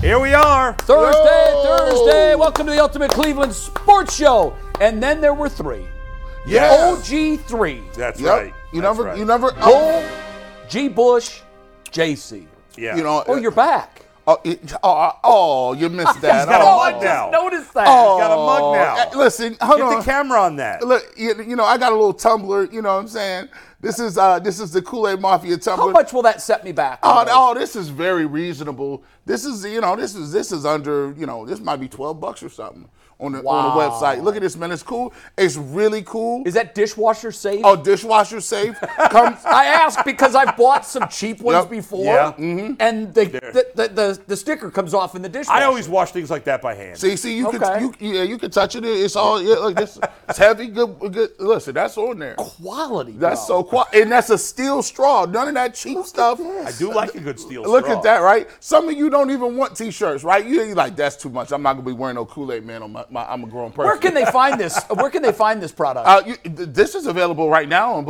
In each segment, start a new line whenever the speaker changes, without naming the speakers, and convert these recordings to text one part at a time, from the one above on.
Here we are.
Thursday, Thursday. Welcome to the Ultimate Cleveland Sports Show. And then there were three.
Yes.
OG3.
That's
Yep.
right.
You
That's
never,
right.
you never, oh,
Bull, G. Bush, JC.
Yeah.
you know.
Oh, you're back.
Oh, it- oh, oh, you missed that.
got a
oh,
mug now.
Notice that.
Oh,
got a mug now.
eh, Listen, hold
Get
on.
the camera on that.
Look, you, you know, I got a little tumbler. You know what I'm saying? This is uh, this is the Kool Aid Mafia tumbler.
How much will that set me back?
Oh, oh, this is very reasonable. This is, you know, this is this is under, you know, this might be twelve bucks or something on the on the
Wow.
website. Look at this, man. It's cool. It's really cool.
Is that dishwasher safe?
oh, dishwasher safe. Come,
I asked because I've bought some cheap ones
Yep.
before,
Yeah.
and the the, the, the the sticker comes off in the dishwasher.
I always wash things like that by hand.
See, see, you
Okay.
can, you, yeah, you can touch it. It's all, yeah, look, this, it's heavy, good, good. Listen, that's on there.
quality.
That's
bro.
so quiet, and that's a steel straw. None of that cheap stuff.
I do like a good steel
Look
straw.
at that, right? Some of you don't even want t-shirts, right? You you like that's too much. I'm not gonna be wearing no Kool-Aid man on my. my I'm a grown person.
Where can they find this? Where can they find this product?
Uh, you, th- this is available right now on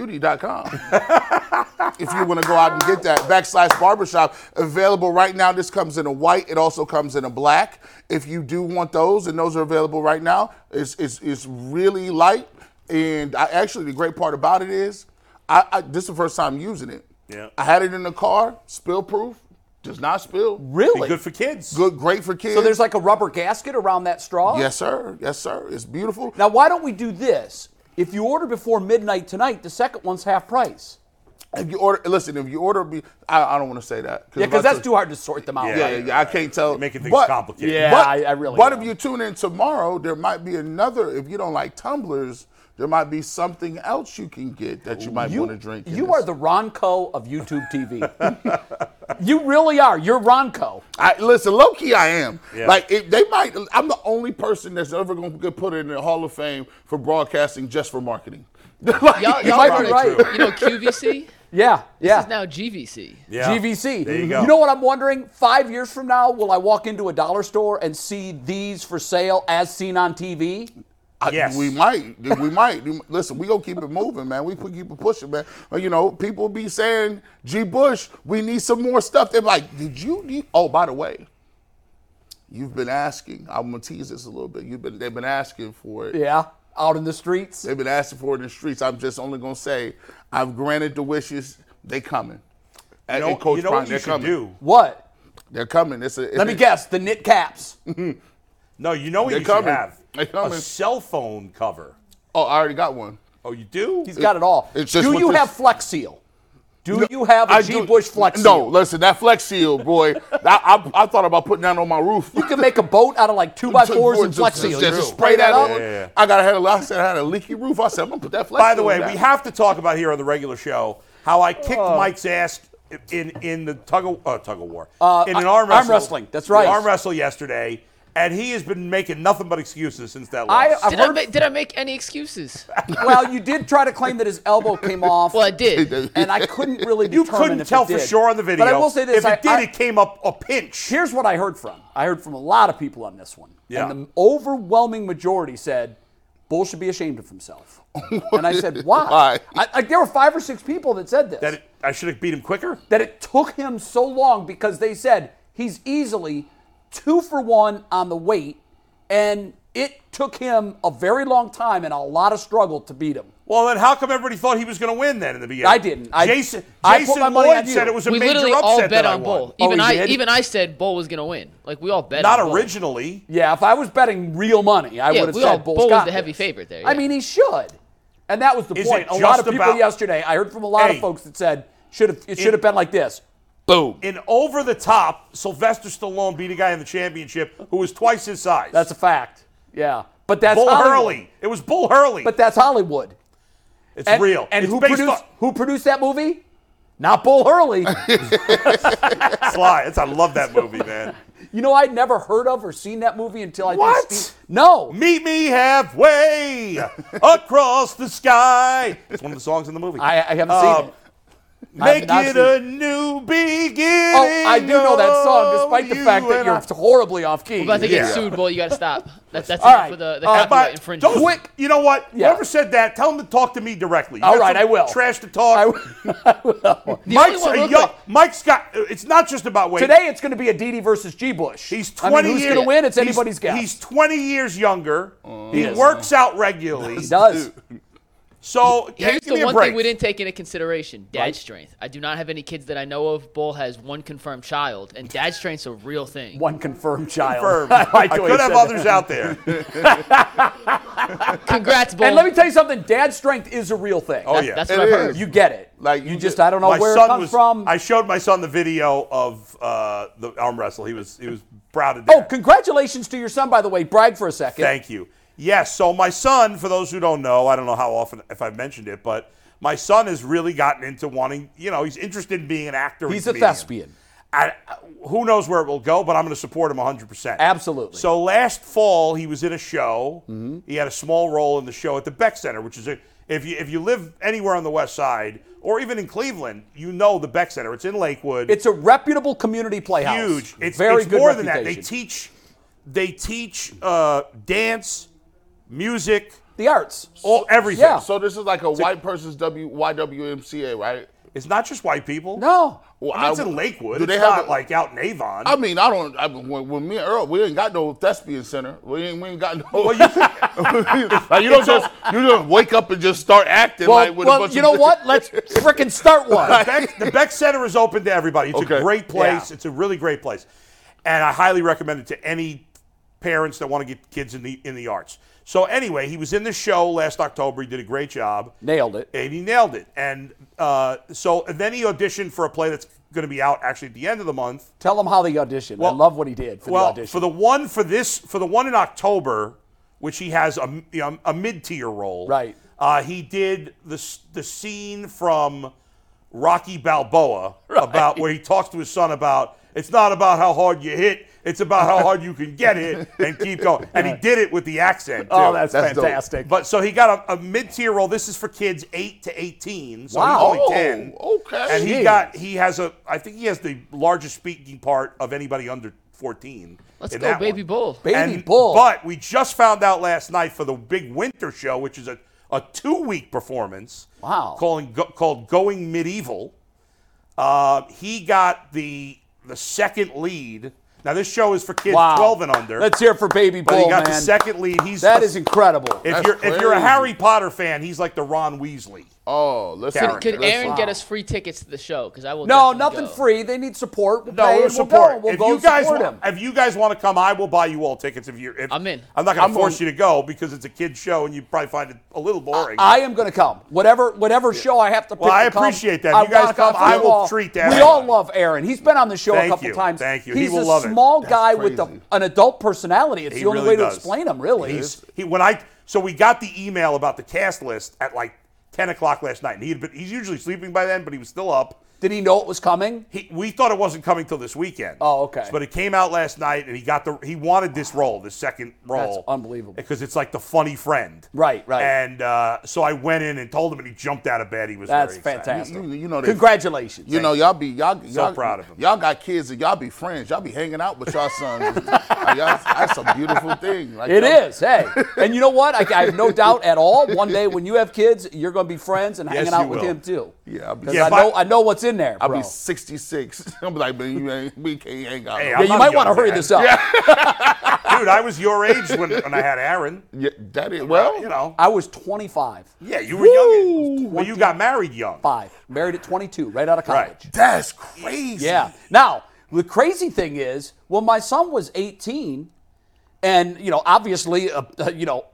bushlinebeauty.com. if you want to go out and get that backslash barbershop, available right now. This comes in a white. It also comes in a black. If you do want those, and those are available right now, it's it's, it's really light. And I actually, the great part about it is, I, I this is the first time using it.
Yeah.
I had it in the car, spill proof, does not spill.
really?
Good for kids.
Good, great for kids.
So there's like a rubber gasket around that straw?
yes, sir. Yes, sir. It's beautiful.
Now, why don't we do this? If you order before midnight tonight, the second one's half price.
If you order, listen. If you order, be I, I don't want to say that.
Yeah,
if I
because that's
took-
too hard to sort them out.
Yeah,
Yeah,
yeah,
you're
yeah, I can't tell.
You're making things
But-
complicated.
Yeah,
but-
I, I really.
But
am.
if you tune in tomorrow, there might be another. If you don't like tumblers, there might be something else you can get that you might want to drink. in
you
this.
are the Ronco of YouTube TV. you really are. You're Ronco.
I, listen, low key, I am.
Yeah.
Like it, they might. I'm the only person that's ever going to get put in the Hall of Fame for broadcasting just for marketing. Like,
Y'all,
You
y'all
might
know-
be right.
You know QVC?
Yeah, yeah.
This is now GVC.
Yeah.
GVC.
There you go.
know what I'm wondering? Five years from now, will I walk into a dollar store and see these for sale as seen on TV?
I-
Yes.
we might. Dude, We might. You- Listen, we gonna keep it moving, man. We pu- keep it pushing, man. Uh, You know, people be saying, "G. Bush, we need some more stuff." They're like, "Did you need?" Oh, by the way, you've been asking. I'm gonna tease this a little bit. You've been. They've been asking for it.
Yeah, out in the streets.
They've been asking for it in the streets. I'm just only gonna say, I've granted the wishes. They coming. And-
You know,
and Coach
you know
Prime,
what
they're
you should
coming.
do?
What?
They're coming. It's a, it's
Let me
a-
guess. The knit caps.
No, you know what
They're
you
coming.
should have?
They're coming.
A cell phone cover.
Oh, I already got one.
Oh, you do?
He's got it all.
It's just
do
what
you
this-
have Flex Seal? Do you have a G Bush Flex Seal?
No, listen, that Flex Seal, boy. I, I, I thought about putting that on my roof.
You can make a boat out of like two by
Took
fours
board
and
to-
Flex
to-
Seal.
to-
You
to
just
spray that on.
Yeah, yeah, yeah.
I got I had a I said I had a leaky roof. I said I'm gonna put that flex.
By the
seal
way,
down.
we have to talk about here on the regular show how I kicked
Oh.
Mike's ass in in the tug of uh, tug of war in an arm
arm
wrestle.
wrestling, that's right.
Arm wrestle yesterday, and he has been making nothing but excuses since that
I-
loss.
I've
Did I,
heard-
make, did I make any excuses?
well, you did try to claim that his elbow came off.
Well, I did.
and I couldn't really
you
determine
couldn't
if
tell
it
for
did.
sure on the video.
But I will say this:
if it
I-
did,
I-
it came up a pinch.
Here's what I heard from. I heard from a lot of people on this one,
Yeah.
and the overwhelming majority said Bull should be ashamed of himself. and I said, why?
Why?
I, like there were five or six people that said this.
That it, I should have beat him quicker.
that it took him so long because they said he's easily two for one on the weight, and it took him a very long time and a lot of struggle to beat him.
Well, then how come everybody thought he was going to win then in the beginning?
I didn't. I-
Jason,
I put
Jason
my money
Lloyd
on you.
said it was a
we
major
literally
upset
all
that
bet
I
on
won.
Bull. Even
Oh, you
I
did?
even I said Bull was going to win. Like we all bet
Not
on Bull.
originally.
Yeah, if I was betting real money, I
Yeah,
would have
we
said
all-
Bulls
Bull was
got
the heavy
this.
favorite there,
I
yeah.
mean, he should, and that was the
Is
point.
it
A lot
just
of people
about-
yesterday, I heard from a lot
Hey.
of folks that said should have it should have been like this.
in over the top, Sylvester Stallone beat a guy in the championship who was twice his size.
That's a fact. Yeah, but that's
Bull
Hollywood.
Hurley. It was Bull Hurley.
But that's Hollywood.
it's
And,
real.
And
it's
who
based
produced
on-
who produced that movie? Not Bull Hurley.
Sly. That's I love that movie, man.
You know, I'd never heard of or seen that movie until I think
What?
Steve- no.
Meet me halfway across the sky. It's one of the songs in the movie.
I, I haven't
Um,
seen it. I
Make
haven't- I've
it
seen
a
it.
new beginning.
Oh, I do know that song,
of
despite the
you
fact that
and
you're
I.
horribly off key.
About to get
Yeah.
sued, bull. You got to stop. That's that's
All
enough
right.
for the, the
Uh,
copyright
But
infringement.
don't,
Quick.
you know what?
Yeah.
Whoever said that, tell them to talk to me directly. You
All
got
right,
some
I will.
Trash to talk.
I will- I will.
The only
Mike's,
one
a
looked
young-
like-
Mike's got. It's not just about weight.
Today it's going to be a DD versus G. Bush.
He's
I
20
mean, who's
years.
going to win? It's
he's-
anybody's guess.
He's 20 years younger.
Oh.
he
is.
works out regularly.
he does.
So
Here's
give me
the
a
one
break.
thing we didn't take into consideration: dad strength. I do not have any kids that I know of. Bull has one confirmed child, and dad strength's a real thing.
One confirmed child.
Confirmed.
I, like
I
the way
could
he
have
said
others
that.
out there.
Congrats, Bull.
And let me tell you something. Dad strength is a real thing.
Oh yeah.
That's
It
what I heard.
is.
You get it.
Like,
you
you
just
get-
I don't know
my
where it
son
comes
was,
from.
I showed my son the video of uh, the arm wrestle. He was he was proud of that.
oh, congratulations to your son, by the way. Brag for a second.
Thank you. Yes. So my son, for those who don't know, I don't know how often if I've mentioned it, but my son has really gotten into wanting. You know, he's interested in being an actor. and
He's a
comedian.
thespian.
I, who knows where it will go, but I'm going to support him 100%.
Absolutely. Mm-hmm.
So last fall, he was in a show. He had a small role in the show at the Beck Center, which is a, if you if you live anywhere on the West Side or even in Cleveland, you know the Beck Center. It's in Lakewood.
It's a reputable community playhouse.
huge. It's
very
it's
good
more
reputation.
than that. They teach they teach uh, dance, music,
the arts.
all everything.
Yeah.
So this is like a white person's W YWMCA, right?
It's not just white people.
No.
Well,
I mean, it's
I-
in Lakewood.
do
it's
they have
not
a-
like out in Avon.
I mean, I don't. I, when, when me and Earl, we ain't got no thespian center. We ain't. We ain't got no. like you don't just. You don't wake up and just start acting
Well,
like with a
well
bunch
you
of
know what? Let's frickin' start one.
Beck, the Beck Center is open to everybody. It's a
Okay.
great place.
Yeah.
It's a really great place, and I highly recommend it to any parents that want to get kids in the in the arts. So anyway, he was in the show last October. He did a great job,
Nailed it.
and he nailed it. And uh, so and then he auditioned for a play that's going to be out actually at the end of the month.
Tell him how the audition. I love what he did for
well,
the audition.
for the one for this for the one in October, which he has a you know, a mid tier role.
Right.
Uh, he did the s- the scene from Rocky Balboa about where he talks to his son about it's not about how hard you hit, it's about how hard you can get hit and keep going. And he did it with the accent.
oh,
too.
that's,
That's dope.
fantastic.
But so he got a, a mid-tier role. This is for kids eight to eighteen. So
Wow.
he's only ten.
Oh, okay.
And he
Jeez.
got he has a I think he has the largest speaking part of anybody under fourteen.
Let's
in
go,
that
baby
one.
bull.
Baby
And-
Bull.
But we just found out last night for the big winter show, which is a, a two-week performance.
Wow.
Calling go, called Going Medieval. Uh, he got the the second lead. Now this show is for kids
wow.
twelve and under.
Let's hear for Baby
but
Bull,
he got
man.
the second lead. He's
that is incredible.
if
That's
you're if you're a
crazy.
Harry Potter fan, he's like the Ron Weasley.
Oh, listen.
Could-
Could
listen.
Aaron get us free tickets to the show? Because I will.
no,
definitely
nothing
go.
free. They need support. We'll
No,
pay
we'll
and
support.
We'll go. We'll
if
go
you guys
support
wa-
him.
if you guys want to come, I will buy you all tickets. If you're, if,
I'm in.
I'm not going
I'm
to force
on-
you to go because it's a kid show and you probably find it a little boring.
I am going to come. Whatever whatever show I have to pick.
Well, I
to come,
appreciate that.
I
You guys
wanna
come, I
We
will
all-
treat
We all
everybody.
love Aaron. He's been on the show
Thank
a couple
you.
times.
Thank you. He
He's
will
a
love it.
small guy with
crazy.
a, an adult personality. It's
He
the only
really
way
does.
to explain him, really.
He's- he when I so we got the email about the cast list at like 10 o'clock last night, and he had been, he's usually sleeping by then, but he was still up.
Did he know it was coming?
He, we thought it wasn't coming till this weekend.
Oh, okay.
But it came out last night, and he got the he wanted this role, this second role.
unbelievable.
Because it's like the funny friend.
Right, right.
And uh, so I went in and told him, and he jumped out of bed. He was
That's
very excited.
fantastic.
You- you know they-
Congratulations.
You know, y'all be y'all y'all,
proud of him.
Y'all got kids and y'all be friends. Y'all be hanging out with y'all sons. Like, y'all- that's a beautiful thing. Like,
It
y'all-
is, hey. And you know what? I, I have no doubt at all. One day when you have kids, you're going to be friends and hanging
Yes,
out
you
with
will.
him too.
Yeah, I'll be,
'Cause
Yeah,
I
but-
know I know what's in there,
I'll
bro.
be 66. I'll be like, man, you ain't, we can't hang out.
Hey,
no
I'm
yeah,
more."
you
not
might
young
want to hurry
man.
this up.
Dude, I was your age when, when I had Aaron.
Yeah, that is well.
You know.
I was 25,
Yeah, you were young. Well, you got married young.
five, married at 22, right out of college.
Right.
That's crazy.
Yeah. Now, the crazy thing is, when my son was 18, and you know, obviously, a, a- you know,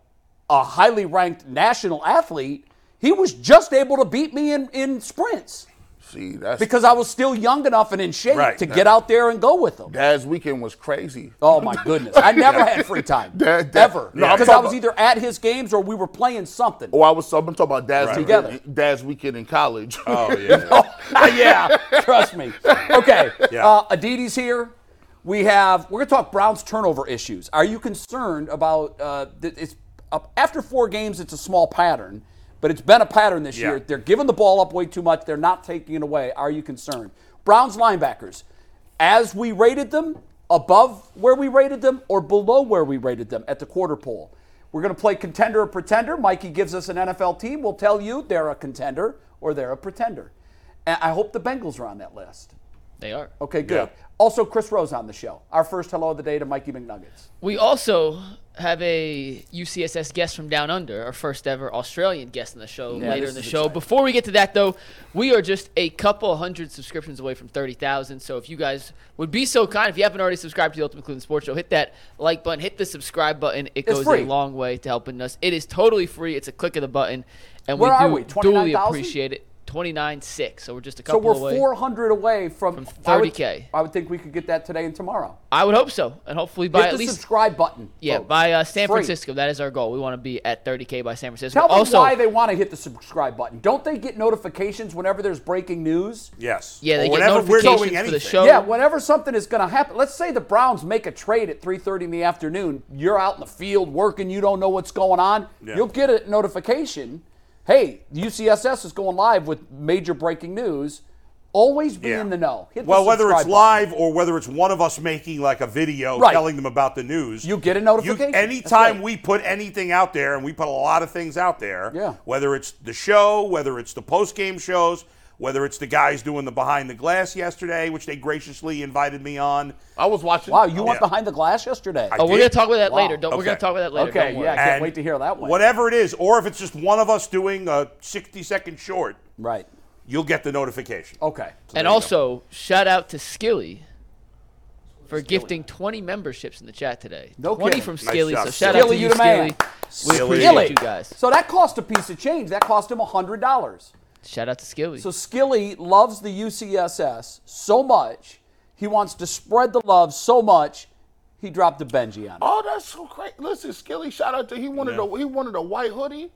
a highly ranked national athlete, he was just able to beat me in, in sprints
See, that's
because I was still young enough and in shape
Right.
to get out there and go with him.
Dad's weekend was crazy.
Oh my goodness! I never had free time
That- that-
ever
No, I'm
because I
talking
was
about-
either at his games or we were playing something.
Oh, I was. I'm talking about dad's
Right.
weekend,
Together.
dad's weekend in college.
Oh yeah.
yeah, trust me. Okay,
Yeah.
uh, Aditi's here. We have we're going to talk Browns turnover issues. Are you concerned about uh, th- it's uh, after four games? It's a small pattern, but it's been a pattern this
Yeah.
year. They're giving the ball up way too much. They're not taking it away. Are you concerned? Browns linebackers, as we rated them, above where we rated them or below where we rated them at the quarter poll. We're going to play contender or pretender. Mikey gives us an NFL team. We'll tell you they're a contender or they're a pretender. And I hope the Bengals are on that list.
They are.
Okay, good.
Yeah.
Also, Chris Rose on the show. Our first hello of the day to Mikey McNuggets.
We also have a UCSS guest from down under, our first ever Australian guest on the show later
this
in the
is
show.
exciting.
Before we get to that, though, we are just a couple hundred subscriptions away from 30,000. So if you guys would be so kind, if you haven't already subscribed to the Ultimate Cleveland Sports Show, hit that like button, hit the subscribe button. It goes
free.
a long way to helping us. It is totally free. It's a click of the button. And
Where
we do
are we?
duly
29,000?
appreciate it. 29.6. So we're just a
So
couple
we're
away.
400 away from, I would-
30K.
I would, think we could get that today and tomorrow.
I would hope so. And hopefully by
Hit
at
the
least.
subscribe button.
Yeah,
folks.
by uh, San
It's free.
Francisco. That is our goal. We want to be at 30K by San Francisco.
Tell me
also,
why they want to hit the subscribe button. Don't they get notifications whenever there's breaking news?
Yes.
Yeah, they
Or
get
whenever we're
notifications
doing
for the
anything.
show.
Yeah, whenever something is going to happen. Let's say the Browns make a trade at 3:30 in the afternoon. You're out in the field working. You don't know what's going on.
Yeah.
You'll get a notification. Hey, UCSS is going live with major breaking news. Always be
Yeah.
in the know. Hit the
Well, whether it's
subscribe button.
live or whether it's one of us making like a video
Right.
telling them about the news,
You get a notification. That's
anytime
right.
we put anything out there, and we put a lot of things out there,
Yeah.
whether it's the show, whether it's the post game shows, whether it's the guys doing the behind the glass yesterday, which they graciously invited me on.
I was watching.
Wow, you went
Yeah.
behind the glass yesterday.
Oh, we're
did?
gonna talk about that
Wow.
later. Don't we're gonna
Okay.
talk about that later.
Okay,
Don't worry.
yeah. I can't
And
wait to hear that one.
Whatever it is, or if it's just one of us doing a 60 second short,
Right.
you'll get the notification.
Okay.
And also, shout out to Skilly for gifting 20 memberships in the chat today.
No
20
kidding.
from
Nice
Skilly.
job,
so shout
Skilly,
out to
you
you,
the man.
Skilly. We appreciate
Skilly.
you guys.
So that cost a piece of change. That cost him hundred dollars.
Shout out to Skilly.
So Skilly loves the UCSS so much, he wants to spread the love so much, he dropped a Benji on it.
Oh, that's so great. Listen, Skilly, shout out to he wanted a he wanted a white hoodie,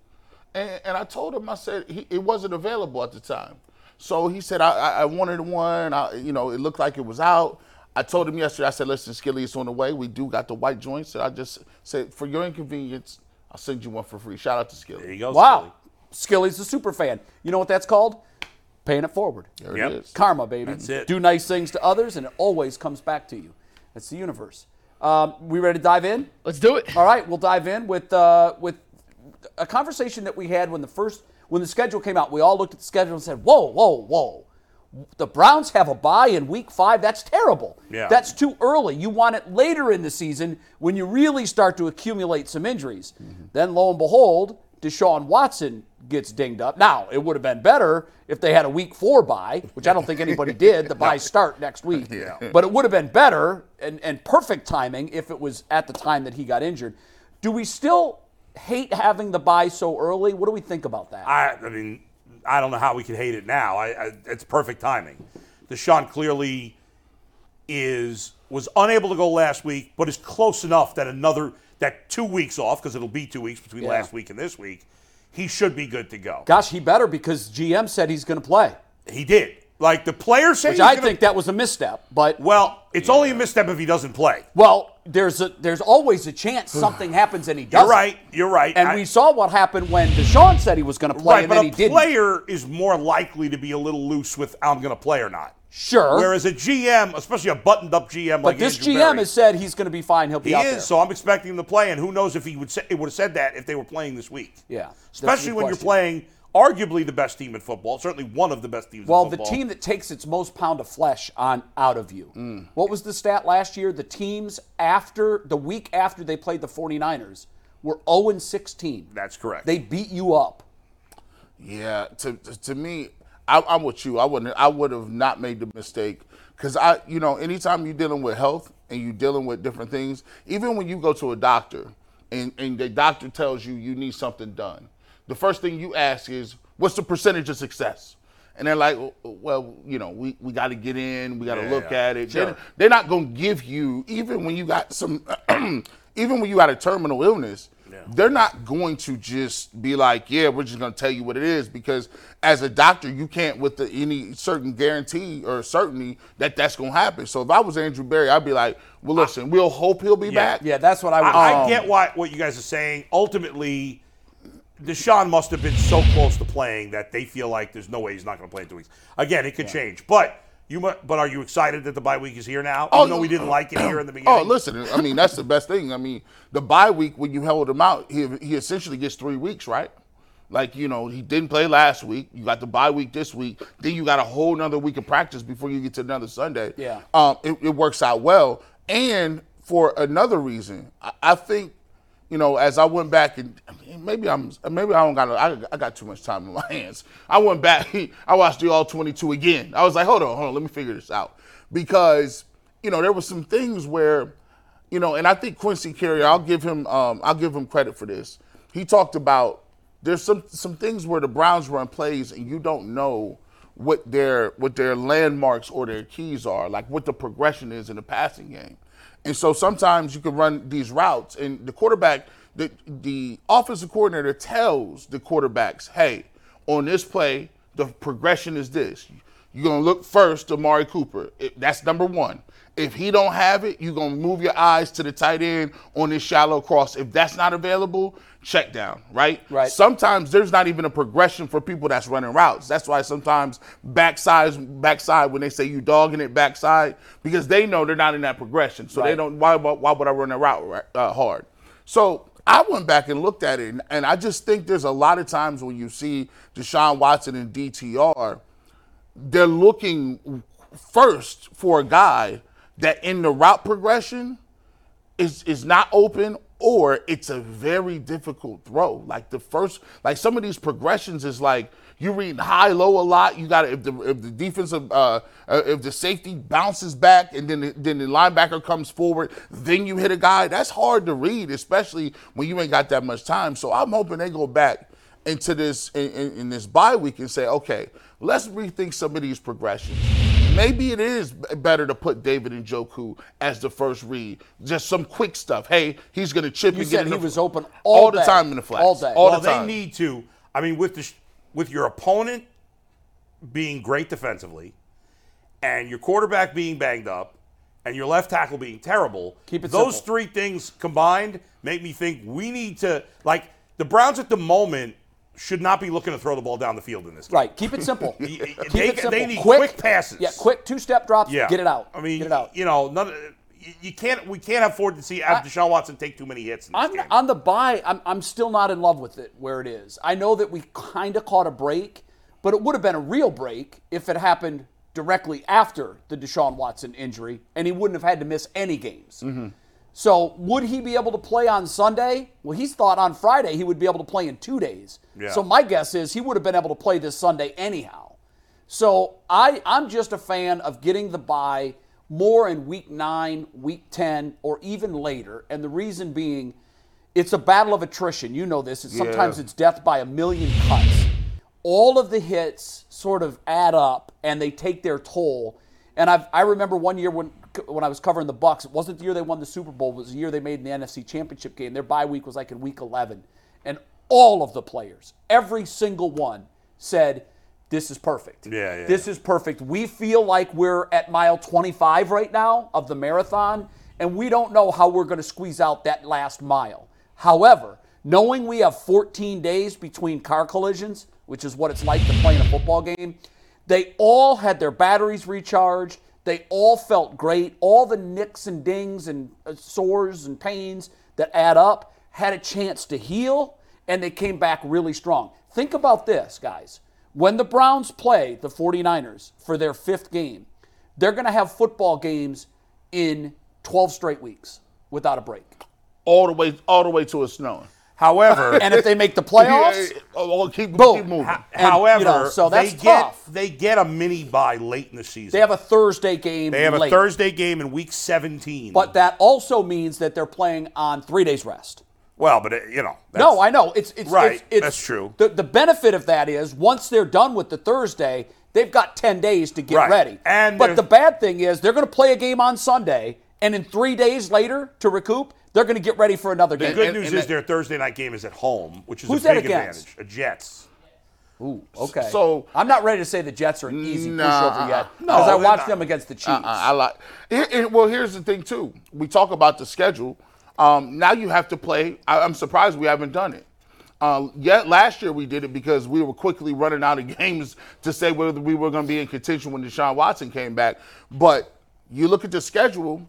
and, and I told him I said he, it wasn't available at the time, so he said I, I, I wanted one. I, you know, it looked like it was out. I told him yesterday. I said, listen, Skilly, it's on the way. We do got the white joints, and I just said for your inconvenience, I'll send you one for free. Shout out to Skilly.
There you go.
Wow. Skilly's a super fan. You know what that's called? Paying it forward.
There
Yep.
it is.
Karma, baby.
That's it.
Do nice things to others, and it always comes back to you. That's the universe. Um, we ready to dive in?
Let's do it.
All right, we'll dive in with uh, with a conversation that we had when the first when the schedule came out. We all looked at the schedule and said, "Whoa, whoa, whoa! The Browns have a bye in Week Five. That's terrible.
Yeah.
That's too early. You want it later in the season when you really start to accumulate some injuries."
Mm-hmm.
Then, lo and behold, Deshaun Watson gets dinged up. Now, it would have been better if they had a Week Four bye, which I don't think anybody did. The buys start next week.
Yeah.
But it would have been better and, and perfect timing if it was at the time that he got injured. Do we still hate having the buy so early? What do we think about that?
I, I mean, I don't know how we could hate it now. I, I, it's perfect timing. Deshaun clearly is was unable to go last week, but is close enough that another that two weeks off because it'll be two weeks between
Yeah.
last week and this week, he should be good to go.
Gosh, he better because GM said he's going to play,
He did. Like the players say,
which
he's
I
gonna-
think that was a misstep. But
Well, it's only a misstep if he doesn't play.
well, there's a, there's always a chance something happens and he doesn't.
You're right. You're right.
And
I-
we saw what happened when Deshaun said he was going to play
right,
and
but
then
a
he didn't.
player is more likely to be a little loose with I'm going to play or not.
sure,
Whereas a GM, especially a buttoned-up GM
but
like
this
Andrew
GM
Berry-
has said he's going to be fine. He'll be
He
out
is,
there.
so I'm expecting him to play, and who knows if he would say, would have said that if they were playing this week.
Yeah, that's a good
especially when you're
question.
playing arguably the best team in football, certainly one of the best teams.
Well,
in
the
football.
team that takes its most pound of flesh on out of you.
Mm.
What was the stat last year? The teams after the week after they played the 49ers were 0 and 16.
That's correct.
They beat you up.
Yeah, to to me, I, I'm with you. I wouldn't. I would have not made the mistake because I, you know, anytime you're dealing with health and you're dealing with different things, even when you go to a doctor and and the doctor tells you you need something done, the first thing you ask is, what's the percentage of success? And they're like, well, you know, we, we got to get in, we got to look at it. They're, they're not going to give you, even when you got some, even when you got a terminal illness, They're not going to just be like, yeah, we're just going to tell you what it is because as a doctor, you can't with the, any certain guarantee or certainty that that's going to happen. So if I was Andrew Barry, I'd be like, well, listen, we'll hope he'll be back.
Yeah, that's what I would.
I,
Um,
I get why what you guys are saying. Ultimately, Deshaun must have been so close to playing that they feel like there's no way he's not going to play in two weeks. Again, it could change, but you mu- but are you excited that the bye week is here now? Oh,
Oh,
Even though we didn't like it here in the beginning.
Oh, listen, I mean, that's the best thing. I mean, the bye week, when you held him out, he, he essentially gets three weeks, right? Like, you know, he didn't play last week. You got the bye week this week. Then you got a whole nother week of practice before you get to another Sunday.
Yeah.
Um, it, it works out well. And for another reason, I, I think, you know, as I went back and I mean, maybe I'm maybe I don't got I, I got too much time in my hands. I went back. I watched the All 22 again. I was like, hold on, hold on, let me figure this out because you know there were some things where, you know, and I think Quincy Carrier, I'll give him um, I'll give him credit for this. He talked about there's some some things where the Browns run plays and you don't know what their what their landmarks or their keys are, like what the progression is in the passing game. And so sometimes you can run these routes and the quarterback the the offensive coordinator tells the quarterbacks, "Hey, on this play, the progression is this. You're gonna look first to Amari Cooper. It- that's number one. If he don't have it, you're gonna move your eyes to the tight end on this shallow cross. If that's not available, check down, right?
Right.
Sometimes there's not even a progression for people that's running routes. That's why sometimes backside, backside when they say you dogging it backside, because they know they're not in that progression. So they
Right.
don't. Why, why, why would I run a route right- uh, hard? So I went back and looked at it, and, and I just think there's a lot of times when you see Deshaun Watson and DTR, they're looking first for a guy that in the route progression is is not open or it's a very difficult throw. Like the first, like some of these progressions is like you read high low a lot. You got to if the if the defensive uh, uh, if the safety bounces back and then the, then the linebacker comes forward, then you hit a guy. That's hard to read, especially when you ain't got that much time. So I'm hoping they go back into this in, in, in this bye week and say, okay, let's rethink some of these progressions. Maybe it is b- better to put David and Joku as the first read. Just some quick stuff. Hey, he's going to chip
You
and
said
get in
he
the-
was open all
the
day.
time in the flat.
All day.
All
well,
the time.
they need to. I mean, with the sh- with your opponent being great defensively, and your quarterback being banged up, and your left tackle being terrible,
Keep it
those
simple.
three things combined make me think we need to like the Browns at the moment should not be looking to throw the ball down the field in this game.
Right. Keep it simple.
Y- y-
Keep
they-
it simple.
they need quick passes.
Yeah, quick two-step drops.
Yeah.
Get it out.
I mean,
get it out.
You know, none, you- you can't. We can't afford to see Deshaun Watson take too many hits. In this
I'm
game.
on the buy. I'm, I'm still not in love with it where it is. I know that we kind of caught a break, but it would have been a real break if it happened directly after the Deshaun Watson injury, and he wouldn't have had to miss any games.
Mm-hmm.
So would he be able to play on Sunday? Well, he's thought on Friday he would be able to play in two days.
Yeah.
So my guess is he would have been able to play this Sunday anyhow. So I, I'm just a fan of getting the bye more in week nine, week 10, or even later. And the reason being, it's a battle of attrition. You know this. It's, Sometimes it's death by a million cuts. All of the hits sort of add up and they take their toll. And I've, I remember one year when when I was covering the Bucks, it wasn't the year they won the Super Bowl. It was the year they made in the NFC Championship game. Their bye week was like in week 11, and all of the players, every single one, said, "This is perfect.
Yeah, yeah.
This is perfect. We feel like we're at mile 25 right now of the marathon, and we don't know how we're going to squeeze out that last mile. However, knowing we have 14 days between car collisions, which is what it's like to play in a football game, they all had their batteries recharged. They all felt great. All the nicks and dings and uh, sores and pains that add up had a chance to heal, and they came back really strong. Think about this, guys. When the Browns play the 49ers for their fifth game, they're going to have football games in 12 straight weeks without a break.
all the way, all the way to it's snowing.
However,
And if they make the playoffs,
Yeah, oh, oh, keep,
Boom.
keep moving.
And, you
However,
know, so that's
they
tough.
get they get a mini buy late in the season.
they have a Thursday game.
They have a
late.
Thursday game in week 17.
But that also means that they're playing on three days rest.
well, but it, you know,
No, I know. It's it's
Right.
It's, it's,
That's true.
The, the benefit of that is once they're done with the Thursday, they've got ten days to get
Right.
ready.
And
but
they're-
the bad thing is they're going to play a game on Sunday, and then three days later to recoup, they're going to get ready for another
The
game.
good
and-
news
and
is
that-
their Thursday night game is at home, which is
Who's
a
that
big
against?
advantage. Uh, Jets.
Ooh, okay.
so-
I'm not ready to say the Jets are an easy
Nah,
pushover
uh-uh.
yet because
No,
I
they're
watched
not.
them against the Chiefs.
Uh-uh, I like. Here- here- well, here's the thing too. We talk about the schedule. Um, now you have to play. I, I'm surprised we haven't done it. Uh, yet last year we did it because we were quickly running out of games to say whether we were going to be in contention when Deshaun Watson came back. But you look at the schedule.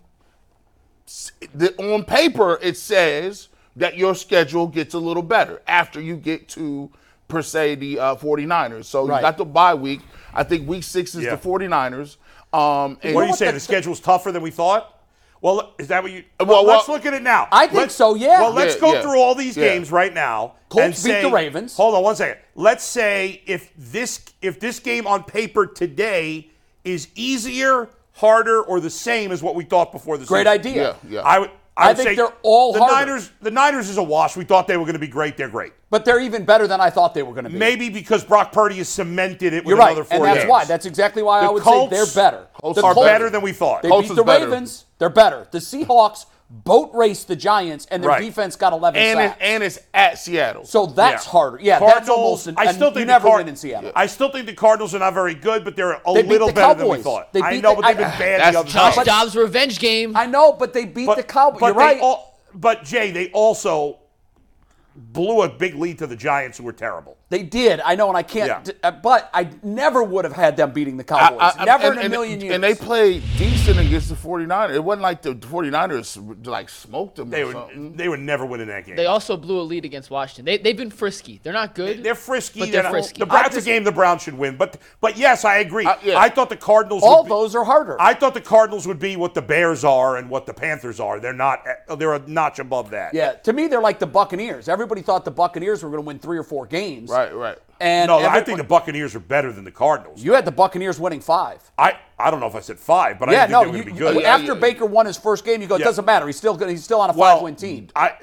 s- The, on paper, it says that your schedule gets a little better after you get to per se the uh, 49ers. So
Right.
you got the bye week. I think week six is
Yeah.
the 49ers. Um, and
What do you
what
say?
the-
The schedule's tougher than we thought. Well, is that what you?
Uh, Well,
let's
well-
look at it now.
I think
Let's-
so, yeah.
Well, let's
Yeah,
go
yeah.
through all these
Yeah.
games right now.
Colts
and
beat the
say-
Ravens.
Hold on one second. Let's say if this if this game on paper today is easier, harder, or the same as what we thought before the
Great
season.
idea.
Yeah, yeah.
I would. I,
I
would
think
say
they're all
the
harder.
Niners. The Niners is a wash. We thought they were going to be great. They're great.
But they're even better than I thought they were going to be.
Maybe because Brock Purdy has cemented it with
You're right,
another four
and that's
games.
why. That's exactly why I
The
would
Colts
say they're better.
Colts
The
are
Colts-
better than we thought.
They
Colts
beat
is
the
better.
Ravens. They're better. The Seahawks boat raced the Giants, and their
Right.
defense got 11
and it,
sacks.
and it's at Seattle.
so that's
Yeah.
harder. Yeah, that's almost. An,
I still
and
think
you
the
never
Card-
win in Seattle.
I still think the Cardinals are not very good, but they're a
They beat
little
the
better than we
Cowboys.
thought.
They
I
beat
know,
the-
but they've been
I-
bad
That's
the other
Josh
night.
Dobbs' revenge game.
I know, but they beat the Cowboys.
but
You're
they
right.
al- but Jay, they also blew a big lead to the Giants, who were terrible.
They did. I know, and I can't.
Yeah.
d- uh, but I never would have had them beating the Cowboys.
I- I-
never
and-
in a
and-
million years.
And they played decent against the 49ers. It wasn't like the 49ers like smoked them
They
or
were
something.
they were never winning that game.
They also blew a lead against Washington. They, they've been frisky. They're not good.
They're frisky.
But they're
not-
frisky.
The
I
Browns
just-
game the Browns should win, but but yes, I agree.
Uh, yeah.
I thought the Cardinals.
All
would be,
those are harder.
I thought the Cardinals would be what the Bears are and what the Panthers are. They're not. uh, They're a notch above that.
yeah, to me, they're like the Buccaneers. Everybody thought the Buccaneers were going to win three or four games.
Right, right.
And
No, I
everyone-
think the Buccaneers are better than the Cardinals.
you had the Buccaneers winning five.
I, I don't know if I said five, but I
Yeah,
didn't
no.
think they were
You,
going to be good.
you-
Yeah,
after
yeah.
Baker won his first game, you go, it
Yeah.
doesn't matter. He's still good. He's still on a
Well,
five-win team.
I,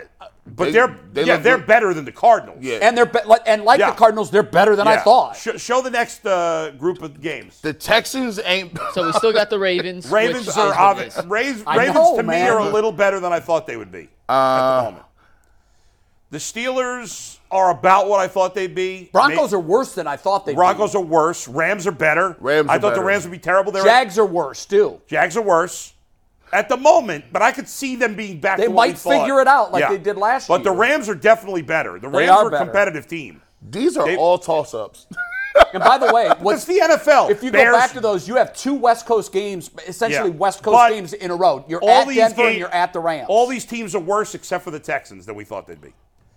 but
They-
they, are
they
yeah,
look
they're
good.
better than the Cardinals.
Yeah.
and they're be- like- and like
Yeah.
the Cardinals, they're better than I
Yeah.
thought.
Sh- show the next uh, group of games.
The Texans ain't.
so we still got the Ravens.
Ravens
which
are
is what it
obvious.
is.
Ravens,
I
Ravens
know,
to me
man.
are a little better than I thought they would be
Uh,
at the moment. The Steelers are about what I thought they'd be.
Broncos
May-
are worse than I thought they.
Broncos are worse. Rams are better.
Rams
I
are
thought the
better.
Rams would be terrible. They're
Jags are worse too.
Jags are worse at the moment, but I could see them being back.
They
to what we
might figure
thought.
it out like they did last
But the
year.
Rams are definitely better. The Rams
are
are a
better.
competitive team.
These are all toss ups.
And by the way,
It's
what's
the NFL.
If you
Bears,
go back to those, you have two West Coast games, essentially
Yeah.
West Coast
But
games in a row. You're
all
at
these
Denver and
ga-
you're at the Rams.
all these teams are worse except for the Texans than we thought they'd be.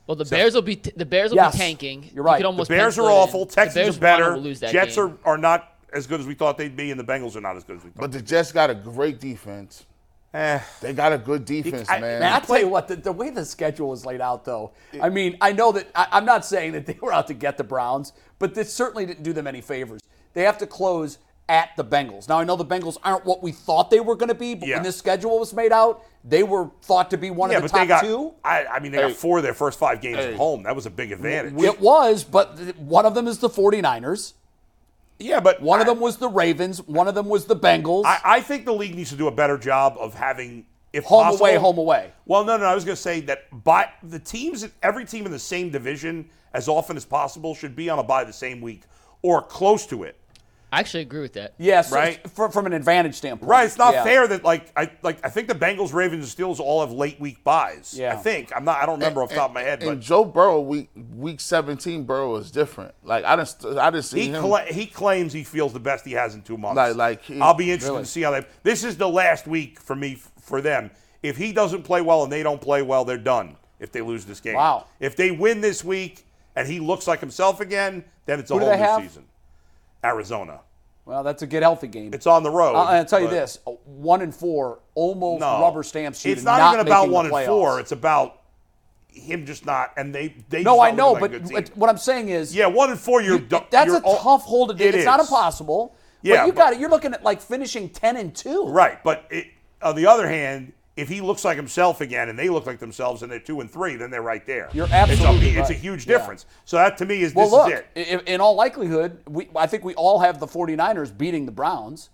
Well, the Bears will be t- the Bears will
Yes.
be tanking.
You're right.
You could
The
almost
Bears
pencil
are
it in.
awful.
The
Texans
Bears
are
won
better.
or lose that
Jets
game.
are are not as good as we thought they'd be, and the Bengals are not as good as we thought.
But the Jets got a great defense. They got a good defense,
I-
man.
Man, Eh. I tell you what, the, the way the schedule was laid out, though, I mean, I know that I, I'm not saying that they were out to get the Browns, but this certainly didn't do them any favors. They have to close at the Bengals. Now, I know the Bengals aren't what we thought they were going to be, but
Yeah.
when this schedule was made out, they were thought to be one
yeah,
of the
but
top
they got
two.
I, I mean, they got four of their first five games at home. That was a big advantage.
it was, but th- one of them is the 49ers.
yeah, but
One
I,
of them was the Ravens. One of them was the Bengals.
I, I think the league needs to do a better job of having, if
Home
possible,
away, home away.
Well, no, no, I was going to say that by the teams, every team in the same division, as often as possible, should be on a bye the same week or close to it.
I actually agree with that.
yes,
right.
from, from an advantage standpoint.
Right, it's not
Yeah.
fair that like I like I think the Bengals, Ravens, and Steelers all have late week buys.
Yeah.
I think I'm not. I don't remember off the top of my head,
and
but
Joe Burrow, week week 17, Burrow is different. Like, I just, I just see
he
him.
cla- he claims he feels the best he has in two months.
Like- like he-
I'll be interested
Really?
to see how they. This is the last week for me for them. If he doesn't play well and they don't play well, they're done. If they lose this game,
Wow.
If they win this week and he looks like himself again, then it's a
Who do
whole
they
new
have?
season. Arizona,
Well, that's a get healthy game.
it's on the road.
I'll, I'll tell you
but
this: uh, one and four, almost
no.
rubber stamp sheet.
It's
of
not, even about
making the
one and four.
playoffs.
It's about him just not. And they they just
no, I
don't
know,
look like a
but
good team.
what- what I'm saying is,
Yeah, one and four. You're
you-
du-
that's
you're
a
all-
tough hold to do.
It
it's not
is.
impossible.
Yeah,
but you
but-
got it. You're looking at like finishing ten and two.
Right, but it, on the other hand, if he looks like himself again and they look like themselves and they're two and three, then they're right there.
You're
It's a-
absolutely
It's a,
right.
huge
Yeah.
difference. So that to me is
Well,
this
look,
is it.
i- in all likelihood, we, I think we all have the 49ers beating the Browns.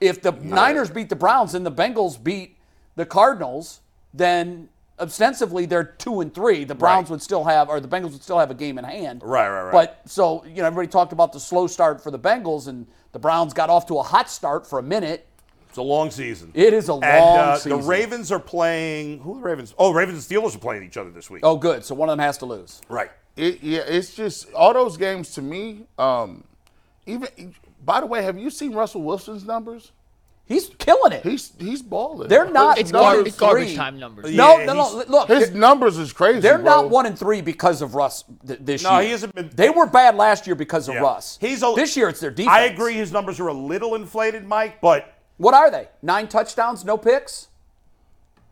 If the Niners beat the Browns, then the Bengals beat the Cardinals, then ostensibly they're two and three. The Browns would still have, or the Bengals would still have a game in hand.
Right, right, right.
But so you know, everybody talked about the slow start for the Bengals, and the Browns got off to a hot start for a minute.
It's a long season.
It is a
and
long
uh,
season.
the Ravens are playing. Who are the Ravens? Oh, Ravens and Steelers are playing each other this week.
Oh, good. So one of them has to lose.
right.
It, yeah, it's just all those games to me. Um, even by the way, have you seen Russell Wilson's numbers?
He's killing it.
He's he's balling.
They're not.
It's,
one
gar-
and
it's garbage
three.
time numbers.
No,
Yeah,
no, no.
he's-
Look,
His numbers is crazy.
They're
bro.
not one and three because of Russ th- this
No,
year.
he hasn't been-
They were bad last year because of
Yeah.
Russ.
He's a-
this year it's their defense.
I agree. His numbers are a little inflated, Mike, but
What are they? Nine touchdowns, no picks.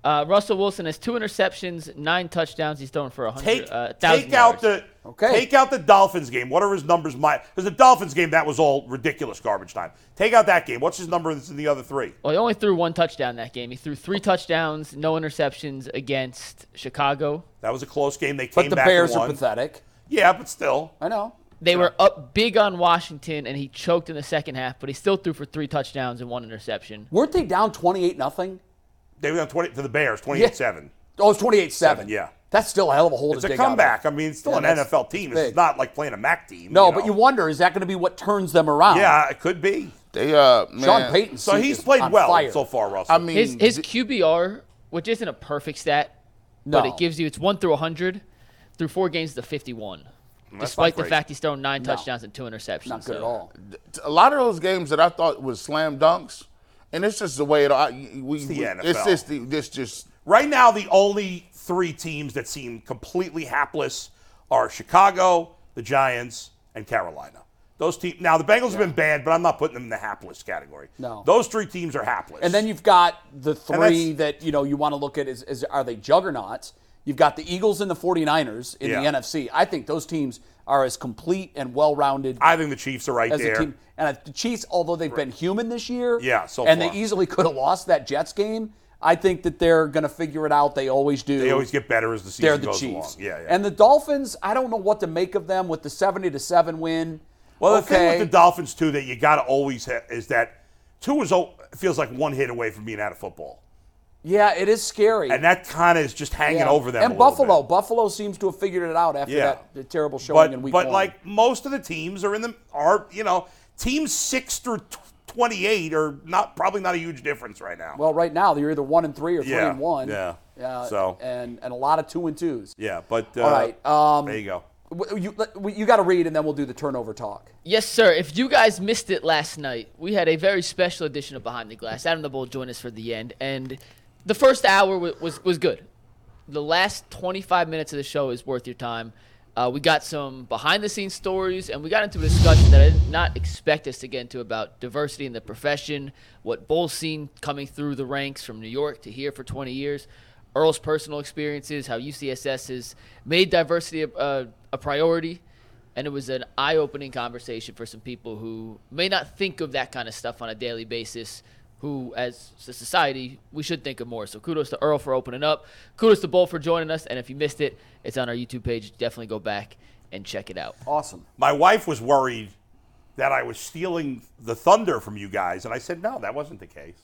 Uh, Russell Wilson has two interceptions, nine touchdowns. He's thrown for a hundred.
take
Uh, 1,000
take out
yards.
the
Okay.
take out the Dolphins game. What are his numbers? My because the Dolphins game that was all ridiculous garbage time. Take out that game. What's his number that's in the other three?
Well, he only threw one touchdown that game. He threw three touchdowns, no interceptions against Chicago.
That was a close game. They came
But the
back
Bears
and
are
won.
pathetic.
Yeah, but still.
I know.
They were up big on Washington, and he choked in the second half, but he still threw for three touchdowns and one interception.
Weren't they down twenty-eight nothing?
They were down 20 to the Bears, 28-7.
Oh, it's twenty-eight-seven.
Yeah.
that's still a hell of a hole
It's
to
a
dig out of.
comeback. I mean, it's still
Yeah,
an
that's-
NFL team.
that's
It's
big.
not like playing a MAC team.
No,
know.
but you wonder is that going to be what turns them around?
Yeah, it could be.
They uh, man,
Sean Payton.
So
seat
he's
is
played
on
well
fire.
so far, Russell.
I mean,
His his
th-
QBR, which isn't a perfect stat,
no.
but it gives you it's one through hundred through four games to fifty-one,
not
despite the
great.
fact he's thrown nine touchdowns and two interceptions.
not good
so-
at all.
a lot of those games that I thought was slam dunks, and it's just the way it. I, we,
the
we-
NFL.
It's just the, this just
Right now, the only three teams that seem completely hapless are Chicago, the Giants, and Carolina. Those teams. Now the Bengals have been bad, but I'm not putting them in the hapless category.
No.
those three teams are hapless.
And then you've got the three
that's-
that you know you want to look at is, is are they juggernauts? You've got the Eagles and the 49ers in
Yeah.
the NFC. I think those teams are as complete and well-rounded
I think the Chiefs are right
as
there.
a team. And I- the Chiefs, although they've been human this year,
Yeah, so
and
far.
they easily could have lost that Jets game. I think that they're going to figure it out. They always do.
They always get better as the season
They're the
goes
Chiefs.
along. Yeah, yeah.
And the Dolphins, I don't know what to make of them with the 70 to 7 win.
well, the thing
okay.
with the Dolphins too that you got to always ha- is that two is o- feels like one hit away from being out of football,
yeah, it is scary.
and that kind of is just hanging
Yeah.
over them.
And
a little bit.
Buffalo. Buffalo seems to have figured it out after
Yeah.
that the terrible showing
but
in week
but
one.
like most of the teams are in the are you know teams six through tw- twenty eight are not probably not a huge difference right now.
well, right now they're either one and three or three
Yeah,
and one.
yeah.
Uh,
So.
and and a lot of two and twos.
yeah, but uh,
All right. Um,
there you go.
w- you let- w- you got to read and then we'll do the turnover talk.
Yes, sir. If you guys missed it last night, we had a very special edition of Behind the Glass. Adam the Bull joined us for the end, and the first hour was was, was good. The last 25 minutes of the show is worth your time. Uh, we got some behind the scenes stories, and we got into a discussion that I did not expect us to get into about diversity in the profession, what Bull's seen coming through the ranks from New York to here for 20 years, Earl's personal experiences, how UCSS has made diversity a, a, a priority and it was an eye-opening conversation for some people who may not think of that kind of stuff on a daily basis who as a society we should think of more so kudos to earl for opening up kudos to bull for joining us and if you missed it it's on our youtube page definitely go back and check it out
Awesome.
My wife was worried that I was stealing the thunder from you guys, and I said no, that wasn't the case.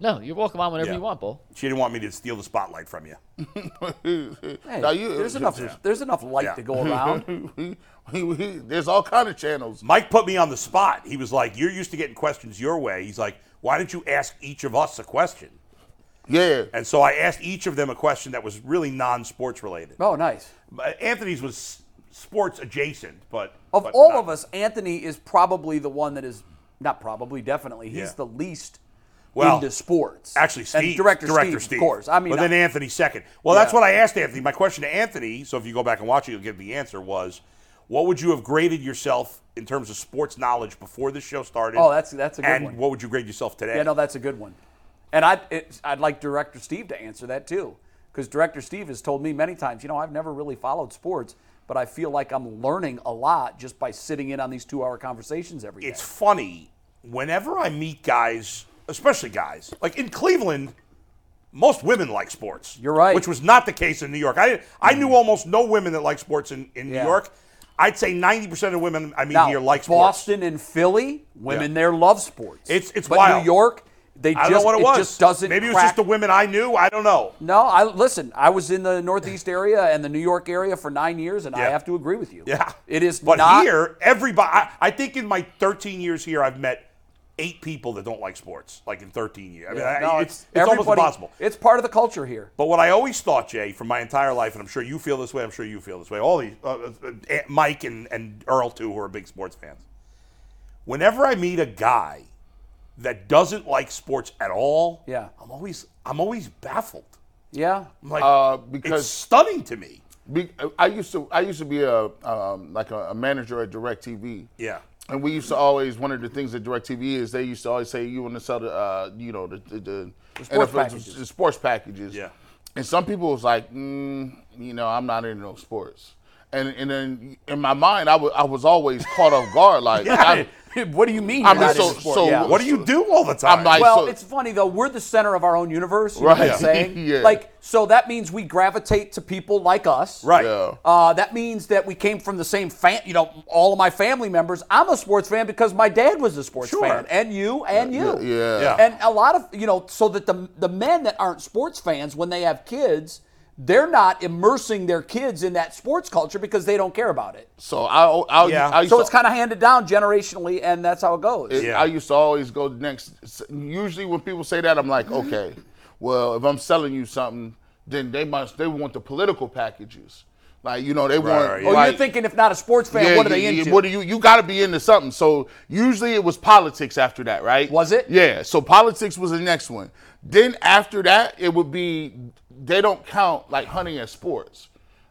no you're welcome on whenever
Yeah.
you want bull
She didn't want me to steal the spotlight from you.
Hey,
Now you-
there's enough. There's enough light
Yeah.
to go around.
we, we, we, there's all kind of channels.
Mike put me on the spot. He was like, "You're used to getting questions your way." He's like, "Why didn't you ask each of us a question?"
Yeah,
And so I asked each of them a question that was really non-sports related.
oh, nice.
But Anthony's was s- sports adjacent, but
Of
but
all
not-
of us, Anthony is probably the one that is not probably, definitely. He's
Yeah.
the least
Well,
into sports.
Actually, Steve,
and director, Steve, of course. I mean,
but
I-
then Anthony second. Well, that's
Yeah.
what I asked Anthony. My question to Anthony, so if you go back and watch it, you'll get the answer was, what would you have graded yourself in terms of sports knowledge before this show started?
Oh, that's- that's a good
and
one.
what would you grade yourself today?
Yeah, no, that's a good one. And I'd, it, I'd like Director Steve to answer that too, because Director Steve has told me many times, you know, I've never really followed sports, but I feel like I'm learning a lot just by sitting in on these two hour conversations every day.
it's funny whenever I meet guys, especially guys like in Cleveland. Most women like sports.
You're right. Mm.
Which was not the case in New York. I I knew almost no women that like sports in, in
Yeah.
New York. I'd say 90% of women I meet
now,
here like sports.
Boston and Philly, women there love sports.
It's- it's
but
wild.
New York, They
I
just
don't know what it, was.
just doesn't.
Maybe it was
crack-
just the women I knew. I don't know.
No, I listen. I was in the Northeast area and the New York area for nine years, and I
Yeah.
have to agree with you.
Yeah,
it is
But
not
here, everybody. I, I think in my 13 years here, I've met eight people that don't like sports. Like in 13 years, I mean, I-
no,
it's, it's almost
everybody-
impossible.
It's part of the culture here.
But what I always thought, Jay, for my entire life, and I'm sure you feel this way, I'm sure you feel this way, all these, uh, uh, uh, Mike and, and Earl, too, who are big sports fans. Whenever I meet a guy that doesn't like sports at all,
Yeah.
I'm always, I'm always baffled.
Yeah,
I'm like,
Uh,
it's
because
stunning to me.
be, I used to I used to be a um, like a, a manager at DirecTV.
Yeah.
And we used to always one of the things at Directv is they used to always say you want to sell the uh, you know the the, the,
sports
NFL
packages.
the sports packages.
Yeah.
And some people was like, mm, you know, I'm not into no sports. And and then in my mind, I wa- I was always caught off guard. Like, I,
what do you mean?
I
you're
mean,
not
so-
into sport?
so
Yeah.
What do you do all the time?
I'm like-
Well,
so-
it's funny though. We're the center of our own universe. You know what
Right.
I'm saying?
Yeah.
Like, so that means we gravitate to people like us.
right.
Yeah.
Uh, that means that we came from the same fan. You know, all of my family members. I'm a sports fan because my dad was a sports
Sure.
fan, and you, and you.
yeah.
Yeah.
And a lot of you know, so that the the men that aren't sports fans when they have kids. They're not immersing their kids in that sports culture because they don't care about it.
so I I,
Yeah.
I used
So
to-
it's kind of handed down generationally, and that's how it goes.
it-
Yeah.
I used to always go next. Usually, when people say that, I'm like,
Mm-hmm.
okay, well, if I'm selling you something, then they must they want the political packages. Like you know, they want.
right, yeah.
oh,
like-
you're thinking if not a sports fan, what are they
yeah, yeah,
into?
What do you you got to be into something? So usually it was politics after that, right?
Was it?
Yeah. So politics was the next one. Then after that, it would be they don't count like hunting as sports,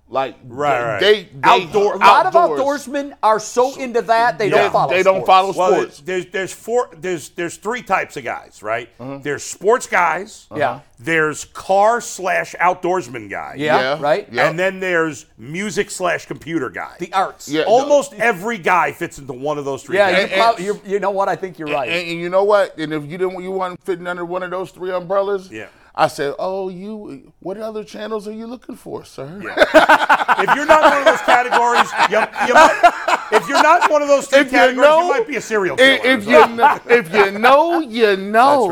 like
Right,
They,
right.
they
Outdoor-
a lot of outdoorsmen are so into that they
Yeah.
don't follow.
They don't
sports.
follow
Well,
sports.
there's there's four there's there's three types of guys, right?
Mm-hmm.
There's sports guys.
Yeah.
There's car slash outdoorsman guys.
Yeah, right?
Yeah.
And then there's music slash computer guy.
The arts.
Yeah.
Almost every guy fits into one of those three.
Yeah,
categories.
you, prob- you're- you know what? I think you're right.
And, and you know what? And if you didn't, you weren't fitting under one of those three umbrellas.
Yeah.
I said, oh, you. What other channels are you looking for, sir?
if you're not one of those categories, you, you might, if you're not one of those three
If you
categories,
know,
you might be a serial killer.
If, if you know, if you know, you know.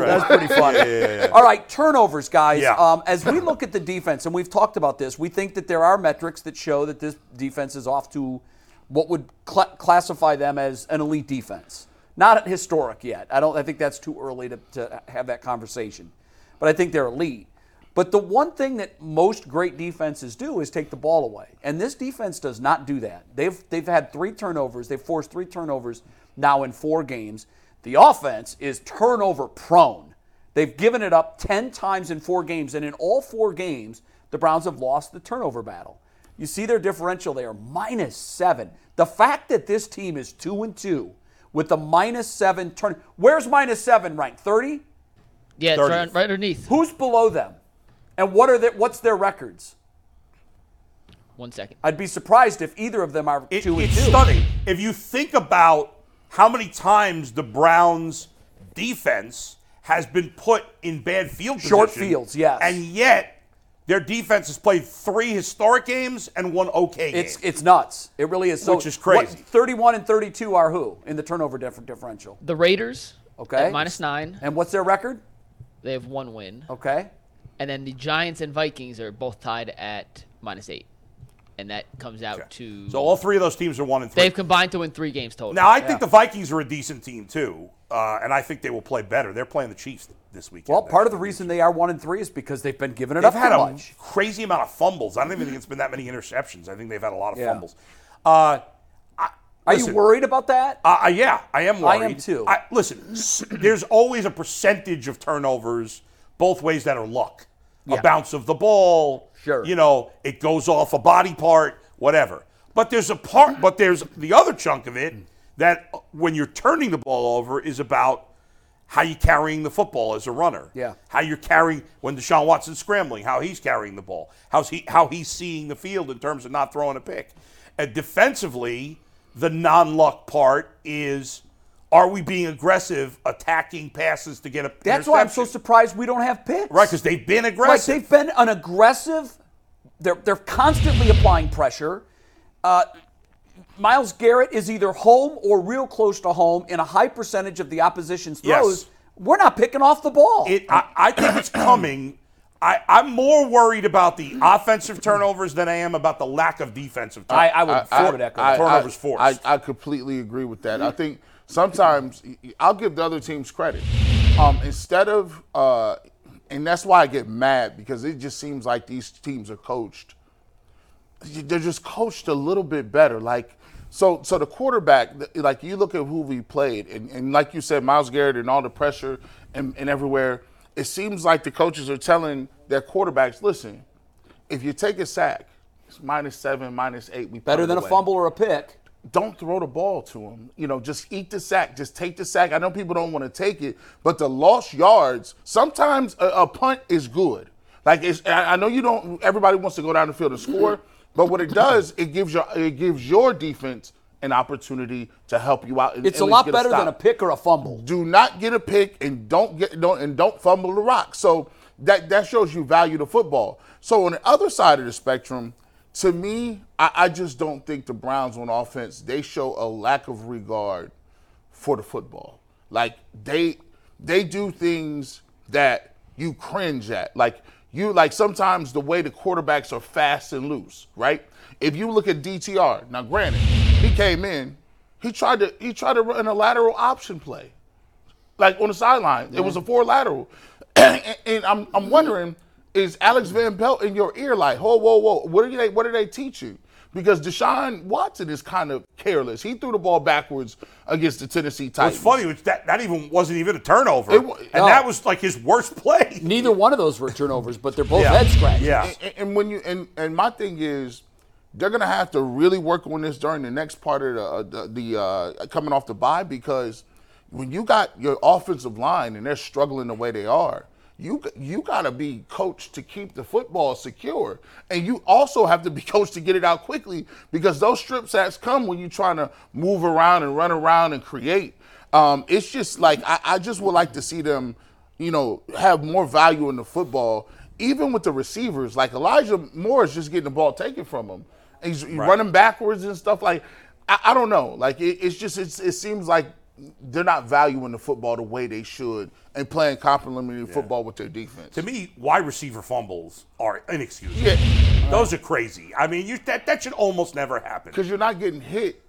That's
That's pretty funny. All right, turnovers, guys.
Yeah.
Um, as we look at the defense, and we've talked about this, we think that there are metrics that show that this defense is off to what would cla classify them as an elite defense. Not historic yet. I don't. I think that's too early to, to have that conversation. But I think they're elite. But the one thing that most great defenses do is take the ball away, and this defense does not do that. They've they've had three turnovers. They've forced three turnovers now in four games. The offense is turnover prone. They've given it up 10 times in four games, and in all four games, the Browns have lost the turnover battle. You see their differential there, minus seven. The fact that this team is two and two with the minus seven turn. Where's minus seven ranked? 30?
Yeah, it's right,
Thirtieth.
right underneath.
Who's below them? And what are their, what's their records?
One second.
I'd be surprised if either of them are
It-
two and
it's
two.
stunning. If you think about how many times the Browns' defense has been put in bad field
Short
position,
fields, yes.
and yet their defense has played three historic games and one okay game.
It's it's nuts. It really is. So
Which is crazy.
what- 31 and 32 are who in the turnover differ- differential?
The Raiders.
Okay.
At minus nine.
And what's their record?
They have one win.
Okay.
And then the Giants and Vikings are both tied at minus eight. And that comes out to.
so all three of those teams are one and three.
they've combined to win three games total.
now I think the Vikings are a decent team too, uh, and I think they will play better. They're playing the Chiefs this weekend.
Well, part of the reason they are one and three is because they've been giving it
They've
up
had
too
a
much.
crazy amount of fumbles. I don't even think it's been that many interceptions. I think they've had a lot of
Yeah.
fumbles. Uh,
Are you
listen.
worried about that?
Uh, uh, yeah, I am
I am
worried.
too.
I, listen, s- there's always a percentage of turnovers both ways that are luck.
Yeah.
A bounce of the ball,
Sure.
You know, it goes off a body part, whatever. But there's a part, but there's the other chunk of it that uh, when you're turning the ball over is about how you carrying the football as a runner.
Yeah.
How you're carrying when Deshaun Watson's scrambling, how he's carrying the ball, how's he how he's seeing the field in terms of not throwing a pick. And defensively, the non-luck part is are we being aggressive attacking passes to get a
That's why I'm so
interception?
surprised we don't have picks.
right cuz they've been
Like
aggressive.
they've been an aggressive. They're they're constantly applying pressure. Uh, Miles Garrett is either home or real close to home in a high percentage of the opposition's
Yes.
throws. we're not picking off the ball.
It, I, I think it's coming. I, I'm more worried about the offensive turnovers than I am about the lack of defensive
I,
turnovers.
I would I, would echo. that.
Turnovers
I,
forced.
I, I completely agree with that. I think sometimes y- y- I'll give the other teams credit. Um, instead of, uh, and that's why I get mad because it just seems like these teams are coached. They're just coached a little bit better. Like, so so the quarterback, th- like you look at who we played, and, and like you said, Miles Garrett and all the pressure and, and everywhere. It seems like the coaches are telling their quarterbacks, listen, if you take a sack, it's minus seven, minus eight. We
Better
pound
than a
away
fumble or a pick.
don't throw the ball to him. You know, just eat the sack. Just take the sack. I know people don't want to take it, but the lost yards, sometimes a, a punt is good. Like it's, I I know you don't. Everybody wants to go down the field and score, but what it does, it gives your it gives your defense an opportunity to help you out. and
It's
at
a
least
lot
get
better than a
stop
pick or a fumble.
do not get a pick and don't get don't and don't fumble the rock. So that that shows you value to football. So on the other side of the spectrum, to me, I, I just don't think the Browns on offense they show a lack of regard for the football. Like they they do things that you cringe at. Like you like sometimes the way the quarterbacks are fast and loose, right? If you look at DTR, now granted, he came in, he tried to he tried to run a lateral option play like on the sideline. It was a four lateral. and, and I'm I'm wondering, is Alex Van Pelt in your ear like, whoa, whoa, whoa, what are they what do they teach you? Because Deshaun Watson is kind of careless. He threw the ball backwards against the Tennessee Titans.
What's funny was that that even wasn't even a turnover,
It wa-
and
no.
oh.
that was like his worst play.
Neither one of those were turnovers, but they're both
Yeah.
head scratches.
Yeah.
And, and when you and, and my thing is, they're gonna have to really work on this during the next part of the the, the uh, coming off the bye because when you got your offensive line and they're struggling the way they are, you you gotta be coached to keep the football secure, and you also have to be coached to get it out quickly because those strip sacks come when you're trying to move around and run around and create. Um, it's just like I, I just would like to see them you know, have more value in the football, even with the receivers. Like Elijah Moore is just getting the ball taken from him. He's he's running backwards and stuff. Like I, I don't know. Like it, it's just it's, it seems like they're not valuing the football the way they should and playing complementary football with their defense.
To me, wide receiver fumbles are inexcusable.
Yeah,
Those are crazy. I mean, you, that that should almost never happen.
because you're not getting hit.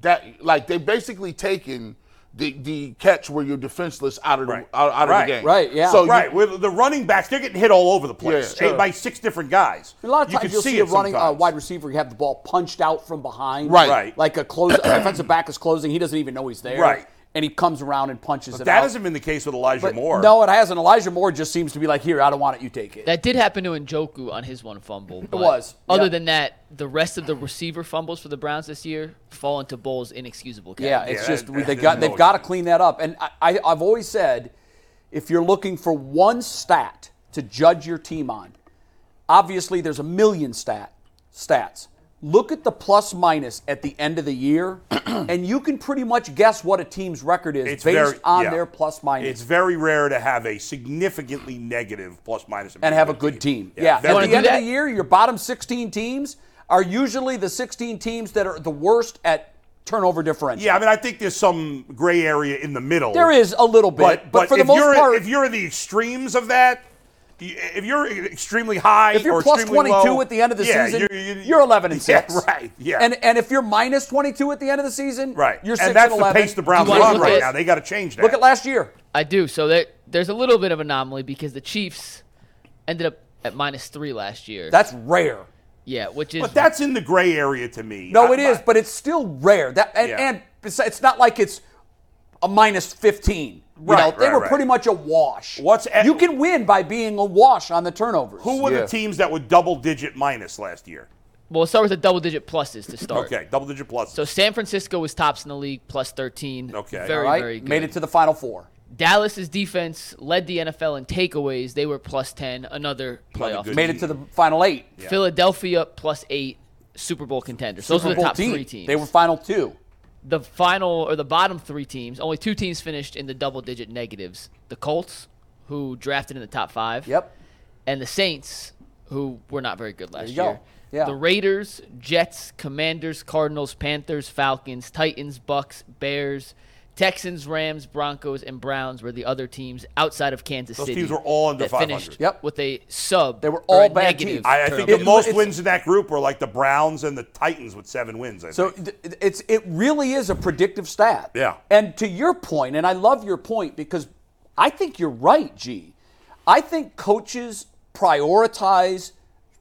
That like they basically taking. The, the catch where you're defenseless out of the,
Right.
out, out
Right.
of the game.
Right, yeah.
So you-
Right, with the running backs, they're getting hit all over the place
Yeah.
eh, by six different guys.
A lot of
you
times
can
you'll see, a running uh,
sometimes.
wide receiver have the ball punched out from behind.
Right.
Right.
Like a close a defensive back is closing, he doesn't even know he's there.
Right.
And he comes around and punches it out.
That hasn't been the case with Elijah
But
Moore.
No, it hasn't. Elijah Moore just seems to be like, here, I don't want it, you take it.
That did happen to Njoku on his one fumble. But
was,
Other
yeah.
than that, the rest of the receiver fumbles for the Browns this year fall into Bowles' inexcusable
yeah,
category.
it's
that-
just we- they
that-
got
no
they've got to
excuse.
clean that up. And I, I, I've always said, if you're looking for one stat to judge your team on, obviously there's a million stat stats. Look at the plus minus at the end of the year, and you can pretty much guess what a team's record is
It's
based
very-
on
yeah.
their plus minus.
It's very rare to have a significantly negative plus minus
and have a good team. Yeah.
very-
At
wanna do
the end of
that?
the year, your bottom 16 teams are usually the 16 teams that are the worst at turnover differential.
yeah, I mean, I think there's some gray area in the middle.
There is a little
but,
bit, but, for the
if
most
you're
part,
if you're in the extremes of that, you- if you're extremely high,
if you're
or
plus
extremely
22
low,
at the end of the
yeah,
season,
you're,
you're,
you're-
11 and
Yeah,
6.
right? Yeah,
And and if you're minus 22 at the end of the season,
right.
you're 6
and that's
and
the
11.
pace the Browns
You
are
wanna
on
look
right
at-
now. They got to change that.
Look at last year.
I do. So there, there's a little bit of anomaly because the Chiefs ended up at minus three last year.
That's rare.
yeah, which is
but that's in the gray area to me.
No,
I-
it is, but it's still rare. That and,
Yeah.
and it's, it's not like it's a minus fifteen. You know,
Right,
they
right,
were
right.
pretty much a wash.
What's at-
you can win by being a wash on the turnovers.
Who were
Yeah.
the teams that were double digit minus last year?
well, we'll start with the double-digit pluses to start.
Okay, double digit plus.
So San Francisco was tops in the league, plus 13.
Okay.
Very,
All right,
very good.
made it to the final four.
Dallas's defense led the NFL in takeaways. They were plus 10, another playoff.
good
team.
Made it to the final eight.
Philadelphia plus 8, Super Bowl contenders. Those
Super
were the
Bowl
top
team.
three teams.
They were final two.
the final or the bottom three teams. Only two teams finished in the double-digit negatives. The Colts, who drafted in the top five.
Yep.
and the Saints, who were not very good last
you go.
year.
Yeah.
The Raiders, Jets, Commanders, Cardinals, Panthers, Falcons, Titans, Bucks, Bears, Texans, Rams, Broncos, and Browns were the other teams outside of Kansas
Those
City.
teams were all under
that
500.
finished
Yep.
with a sub.
They were
or a
all bad
negative.
teams.
I, I think the
It-
most
it's-
wins in that group were like the Browns and the Titans with seven wins. I
So
think.
th- it's it really is a predictive stat.
Yeah.
And to your point, and I love your point because I think you're right, G. I think coaches prioritize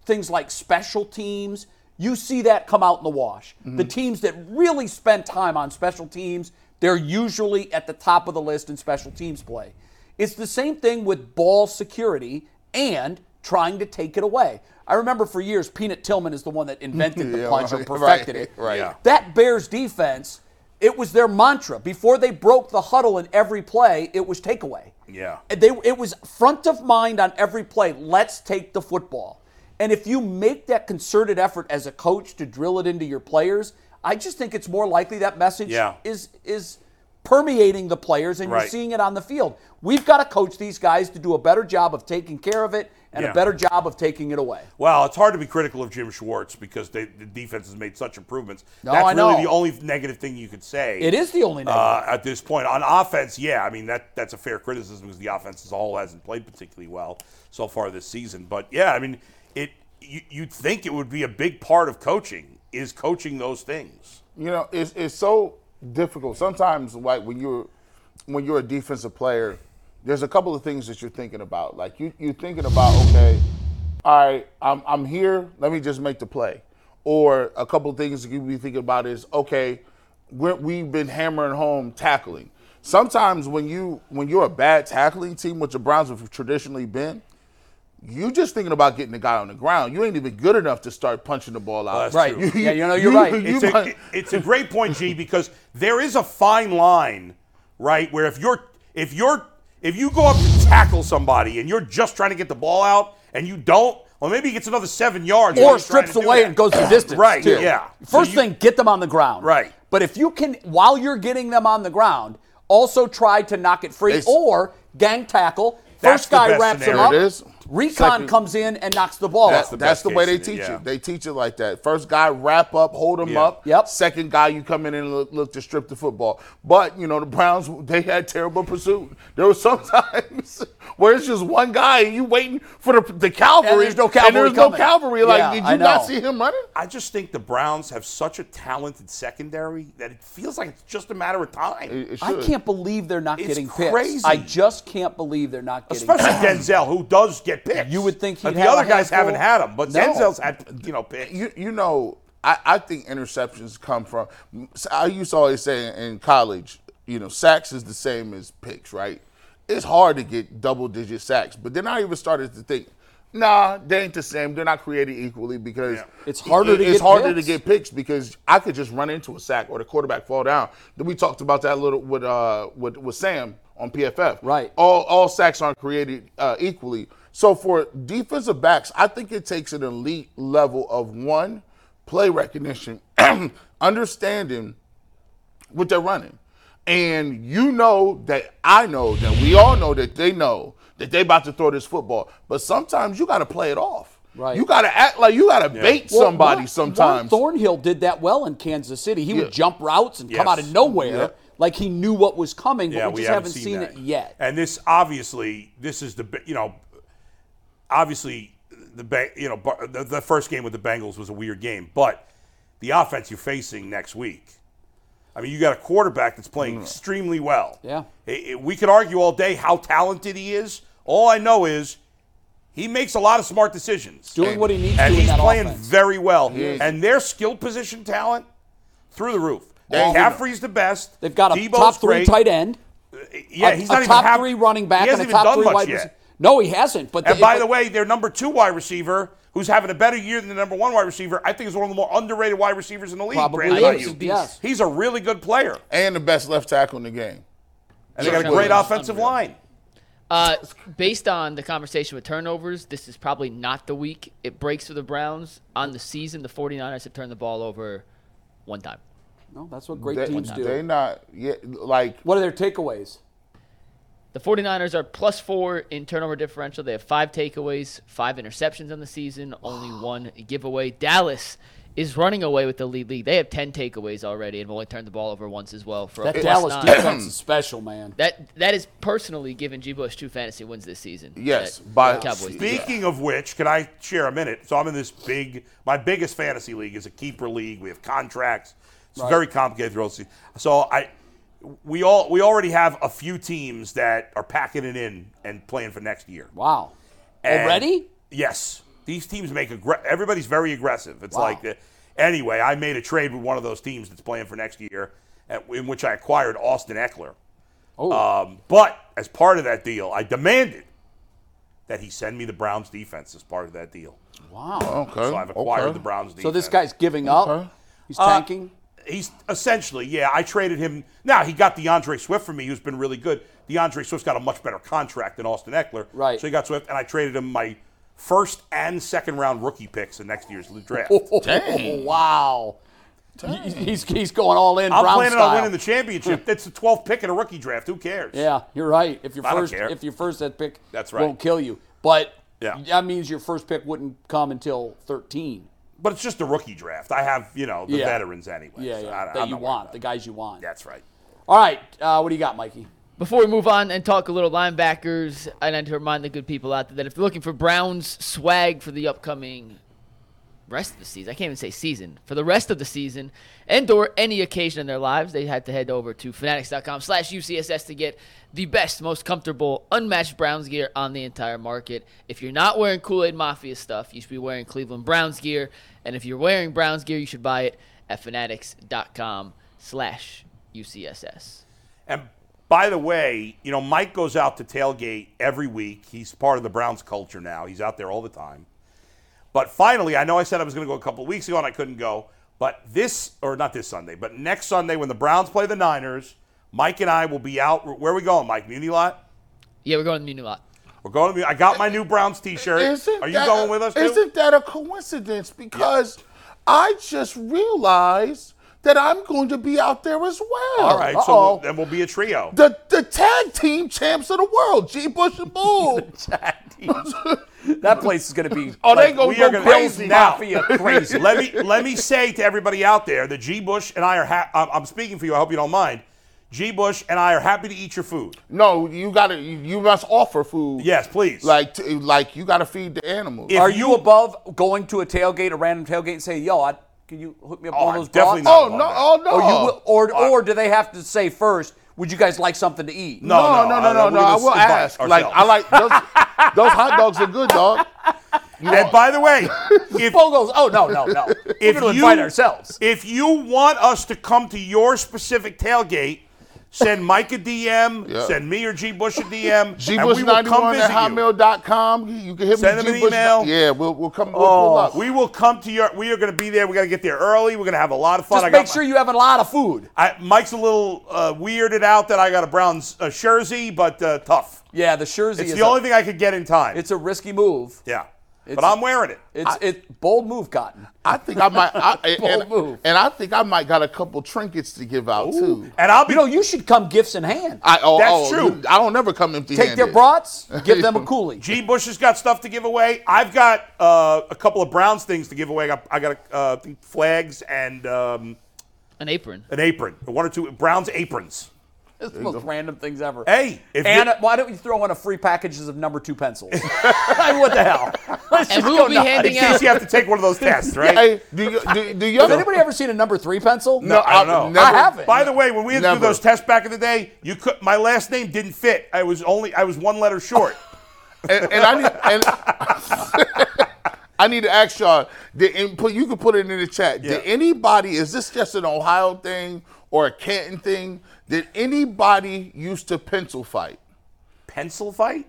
things like special teams. You see that come out in the wash.
Mm-hmm.
The teams that really spend time on special teams, they're usually at the top of the list in special teams play. It's the same thing with ball security and trying to take it away. I remember for years, Peanut Tillman is the one that invented the
Yeah,
punch
right,
and perfected
right,
it.
right. Yeah.
That Bears defense, it was their mantra. Before they broke the huddle in every play, it was takeaway.
Yeah.
And They, it was front of mind on every play. Let's take the football. And if you make that concerted effort as a coach to drill it into your players, I just think it's more likely that message
Yeah.
is is permeating the players and you're
Right.
seeing it on the field. We've got to coach these guys to do a better job of taking care of it and
Yeah.
a better job of taking it away.
well, it's hard to be critical of Jim Schwartz because they, the defense has made such improvements.
No,
That's
I know.
really the only negative thing you could say.
It is the only negative.
uh, at this point. On offense, yeah, I mean that that's a fair criticism because the offense as a whole hasn't played particularly well so far this season. But yeah, I mean it. You, you'd think it would be a big part of coaching is coaching those things.
You know, it's it's so difficult. Sometimes like when you're when you're a defensive player, there's a couple of things that you're thinking about. Like you you're thinking about, okay, all right, I'm I'm here, let me just make the play. Or a couple of things that you be thinking about is, okay, we're, we've been hammering home tackling. Sometimes when you when you're a bad tackling team, which the Browns have traditionally been, you're just thinking about getting the guy on the ground. You ain't even good enough to start punching the ball out.
that's
right.
true.
yeah, you know, you're right.
you-
It's a,
might-
it's a great point, G, because there is a fine line, right? Where if you're if you're if you go up to tackle somebody and you're just trying to get the ball out and you don't, well, maybe he gets another seven yards while
or
he's trying
strips
to do
away
that.
and goes the distance.
Right,
too.
yeah.
First
So you-
thing, get them on the ground.
Right.
But if you can, while you're getting them on the ground, also try to knock it free
It's-
or gang tackle.
That's
First
the
guy
best
wraps him
scenario.
up.
It is.
Recon
Second-
comes in and knocks the ball.
That's,
out.
the,
best
that's the way
case
they
scenario,
teach
yeah.
it. They teach it like that. First guy, wrap up, hold him
Yeah.
up.
Yep.
Second guy, you come in and look, look to strip the football. But you know the Browns, they had terrible pursuit. There was sometimes where it's just one guy and you waiting for the, the cavalry.
there's no cavalry
And there's
coming.
no cavalry. Like,
Yeah,
did
I
you not
know.
see him running?
I just think the Browns have such a talented secondary that it feels like it's just a matter of time.
It
I
should.
can't believe they're not
It's
getting picked.
crazy.
I just can't believe they're not getting
Especially
picked.
Denzel, who does get picks.
You would think he'd
Like, the
have a
other guys
handful.
haven't had them, but
No.
Denzel's had you know picks.
you you know, I, I think interceptions come from. I used to always say in college, you know, sacks is the same as picks, right? It's hard to get double digit sacks, but then I even started to think, nah, they ain't the same. They're not created equally because
Yeah.
It's harder to
it's
get
harder
picks.
to get picks because I could just run into a sack or the quarterback fall down. Then we talked about that a little with uh with with Sam on PFF.
Right.
All all sacks aren't created uh, equally. So for defensive backs, I think it takes an elite level of one play recognition, understanding what they're running. And you know that I know that we all know that they know that they about to throw this football. But sometimes you got to play it off.
Right.
You got to act like you got to bait
Well,
somebody
Juan- Juan
sometimes.
Thornhill did that well in Kansas City. He
Yeah.
would jump routes and come
Yes.
out of nowhere
Yeah.
like he knew what was coming, but
yeah,
we just
haven't,
seen, it yet.
And this obviously, this is the bi- you know, obviously the Ba- you know Bar- the, the first game with the Bengals was a weird game, but the offense you're facing next week. I mean, you got a quarterback that's playing extremely well.
Mm. Yeah.
I- I- we could argue all day how talented he is. All I know is he makes a lot of smart decisions.
Doing what he needs
and
to in
he's
that
playing
offense.
very well. And their skill position talent through the roof.
Well,
McCaffrey's the best.
They've got a
Debo's
top three
great.
tight end.
Yeah,
a,
he's
a
not even
top
hap-
three running back
He hasn't
and a
even
top
done
three
much
wide
yet.
receiver. No, he hasn't. But
And
they-
by
but-
the way, their number two wide receiver, who's having a better year than the number one wide receiver, I think is one of the more underrated wide receivers in the league.
Probably
Brandon
is,
Ayuk.
yes.
He's a really good player,
and the best left tackle in the game.
and they got a
Josh
great
Allen's
offensive
unreal.
line.
Uh, based on the conversation with turnovers, this is probably not the week. It breaks for the Browns. On the season, the 49ers have turned the ball over one time.
no, that's what great
They,
teams do.
they not yeah, like
what are their takeaways?
The 49ers are plus four in turnover differential. They have five takeaways, five interceptions on the season, only one giveaway. Dallas is running away with the lead league. They have 10 takeaways already and have only turned the ball over once as well for a
That
plus
Dallas
nine.
defense is special, man.
That that is personally giving G. Bush two fantasy wins this season.
Yes,
That-
by-
the Cowboys. did.
Speaking of which, can I share a minute? So I'm in this big, my biggest fantasy league is a keeper league. We have contracts. It's very complicated throughout the season. So I, we all we already have a few teams that are packing it in and playing for next year.
Wow.
And-
Already?
Yes. These teams make aggr- everybody's very aggressive. It's
Wow.
like the, anyway, I made a trade with one of those teams that's playing for next year, at, in which I acquired Austin Eckler.
Oh.
Um, but as part of that deal, I demanded that he send me the Browns defense as part of that deal.
wow.
Okay.
So I've acquired
okay.
the Browns defense.
Oh, So this guy's giving up. He's
Uh,
tanking.
He's essentially, yeah, I traded him. Now he got DeAndre Swift for me, who's been really good. DeAndre Swift's got a much better contract than Austin Eckler.
Right.
So he got Swift, and I traded him my first and second round rookie picks in next year's draft.
Dang.
wow. He- He's, he's going all in.
I'm
Brown
planning
style. Hmm.
on winning the championship. That's the 12th pick in a rookie draft. Who cares?
Yeah, you're right. If your
I don't
first
care.
if your first that pick
That's right.
won't kill you. But
Yeah.
that means your first pick wouldn't come until 13.
But it's just a rookie draft. I have, you know, the
Yeah.
veterans anyway.
Yeah,
so
yeah.
I,
that
I'm
you
not worried
want,
about
the
it.
guys you want.
That's right.
All right. Uh, what do you got, Mikey?
Before we move on and talk a little linebackers, I need to remind the good people out there that if they're looking for Browns swag for the upcoming rest of the season, I can't even say season, for the rest of the season and or any occasion in their lives, they had to head over to fanatics.com slash UCSS to get the best, most comfortable, unmatched Browns gear on the entire market. If you're not wearing Kool-Aid Mafia stuff, you should be wearing Cleveland Browns gear. And if you're wearing Browns gear, you should buy it at fanatics.com slash UCSS.
And by the way, you know, Mike goes out to tailgate every week. He's part of the Browns culture now. He's out there all the time. But finally, I know I said I was going to go a couple of weeks ago and I couldn't go. But this, or not this Sunday, but next Sunday when the Browns play the Niners, Mike and I will be out. Where are we going, Mike? Muni Lot?
Yeah, we're going to the new lot.
We're going to be. I got my new Browns T-shirt.
Isn't
Are you
that-
going with us? Too?
Isn't that a coincidence? Because I just realized that I'm going to be out there as well.
All right, so
Uh-oh.
we'll, then we'll be a trio.
The, the tag team champs of the world, G. Bush and Bull.
That place is going to be.
Oh, they
like
gonna
we
go
are gonna-
crazy.
Bills now.
Mafia crazy.
let me let me say to everybody out there that G. Bush and I are. Ha- I'm, I'm speaking for you. I hope you don't mind. G. Bush and I are happy to eat your food.
No, you gotta. You you must offer food.
Yes, please.
Like, to, like you gotta feed the animals.
If
Are you above going to a tailgate, a random tailgate, and say, "Yo, I, can you hook me up
Oh,
on one
I'm
of those
definitely
broths?"
oh
above
no!
that.
Oh no!
Or you will, or or do they have to say first? Would you guys like something to eat?
No.
no,
I-
no, no, no,
we're
no! I
gonna
will
invite
ask. Like,
ourselves.
I like those. those hot dogs are good, dog.
and by the way, if
Bogos. Oh no, no, no. We're
If
going to
you-
invite ourselves.
if you want us to come to your specific tailgate. Send Mike a DM.
Yeah.
Send me or G. Bush a DM.
G
and
Bush
we will
ninety
come
one at
visit you.
hotmail.com. You- You can hit
Send
me.
them an
G Bush-
email.
Yeah, we'll we'll come. We'll pull
Oh,
up.
we will come to your. We are going to be there. We got to get there early. We're going to have a lot of fun. I
Just
got
make
my-
sure you have a lot of food.
I, Mike's a little uh, weirded out that I got a Browns uh, jersey, but uh, tough.
Yeah, the jersey
It's
is
the
a-
only thing I could get in time.
It's a risky move.
yeah, but
it's-
I'm wearing it.
It's it bold move, Cotton.
I think I might. I, and,
Bold
and-
move.
and I think I might got a couple trinkets to give out too.
And I'll be.
You know, you should come gifts in hand.
I, oh,
That's
oh,
true.
you- I don't ever come empty.
Take their brats, give them a coolie.
G. Bush has got stuff to give away. I've got uh, a couple of Browns things to give away. I got, I got uh, I think flags and um,
An apron.
an apron, one or two Browns aprons.
It's the most random things ever.
Hey, if
and
you-
uh, why don't you throw in a free packages of number two pencils? Like, what the hell? Let's
And
just
we
go
will be
nuts.
handing
in case
out.
you have to take one of those tests, right?
Hey, do you, do, do you
Has anybody ever seen a number three pencil?
No,
I don't know.
never-
I haven't.
By the way, when we had to do
Never.
those tests back in the day, you could my last name didn't fit. I was only I was one letter short.
and, and I need and I need to ask y'all. Did and put you can put it in the chat. Did
Yeah.
anybody? Is this just an Ohio thing or a Canton thing? Did anybody used to pencil fight?
Pencil fight?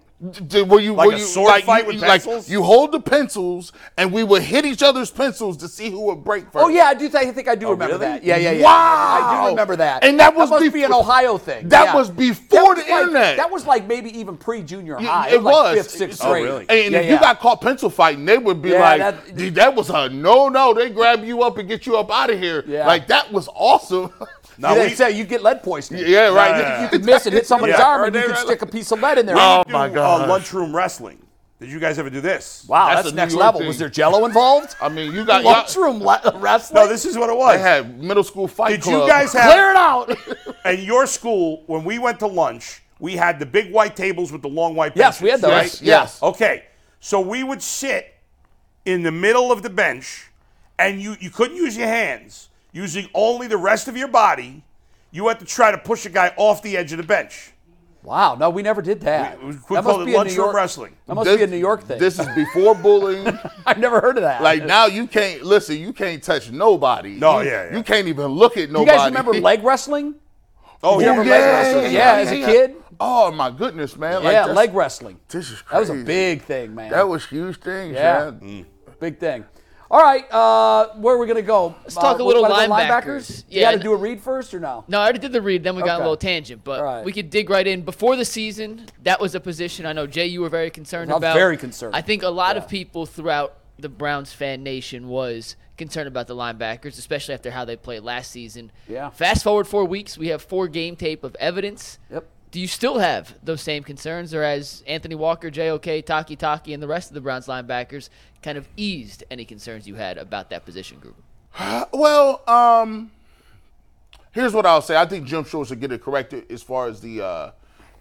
Did, were you
Like
were
a
you,
sword
like,
fight
you-
with
you- like,
pencils?
you hold the pencils and we would hit each other's pencils to see who would break first.
Oh yeah, I do. Th- I think I do remember
really?
that. Yeah, yeah, yeah.
Wow.
I do remember that.
And that was
must be
before-
an Ohio thing.
That
yeah.
was before the
like-
internet.
That was like maybe even pre-junior
Y-
high.
It,
like
was
fifth, sixth
So-
grade.
really?
And
Yeah,
if you
yeah.
got caught pencil fighting, they would be
Yeah,
like,
that-
"Dude, "That was a no, no." They grab you up and get you up out of here.
Yeah.
Like that was awesome.
No,
they
we-
say you get lead poisoning.
yeah, right.
no, no, no.
You could miss and hit somebody's
Yeah.
arm, and you
Are they
could
right?
stick a piece of lead in there.
Oh,
do,
my
uh,
gosh.
lunchroom wrestling. Did you guys ever do this?
Wow,
That's
that's,
a New
next
York
level.
thing.
Was there Jello involved?
I mean, you got y'all,
Lunchroom le- wrestling.
No, this is what it
I
was.
Oh, had middle school fight
Did
club.
you guys have
Clear it out.
And your school, when we went to lunch, we had the big white tables with the long white benches.
yes, we had those.
Yes,
Yeah.
yes.
Okay, so we would sit in the middle of the bench, and you you couldn't use your hands, using only the rest of your body. You had to try to push a guy off the edge of the bench.
Wow. No, we never did that.
We- we
that
called it
must be a New
lunchroom
York
wrestling.
That must
This-
be a New York thing.
This is before bullying.
I've never heard of that.
Like now, you can't listen. You can't touch nobody.
No,
you,
yeah, yeah.
You can't even look at
you
nobody.
guys remember leg wrestling?
Oh, you
Oh,
ever
yeah,
leg wrestle?
yeah, yeah, as a kid.
Oh my goodness, man! Like,
yeah,
that's-
leg wrestling.
This is
That was a
crazy.
big thing, man.
That was huge things.
Yeah.
man.
big thing. All right, uh, where are we gonna go? Let's
talk a little linebackers.
you
Yeah,
got to
and-
do a read first or no?
No, I already did the read. Then we got
Okay.
a little tangent, but
All right.
we could dig right in. Before the season, that was a position I know Jay you were very concerned
I'm
about.
very concerned.
I think a lot of people throughout the Browns fan nation was concerned about the linebackers, especially after how they played last season.
Yeah.
Fast forward four weeks, we have four game tape of evidence.
Yep.
Do you still have those same concerns, or has Anthony Walker, JOK, Taki Taki, and the rest of the Browns linebackers kind of eased any concerns you had about that position group?
Well, um, here's what I'll say. I think Jim Schultz should get it corrected as far as the uh,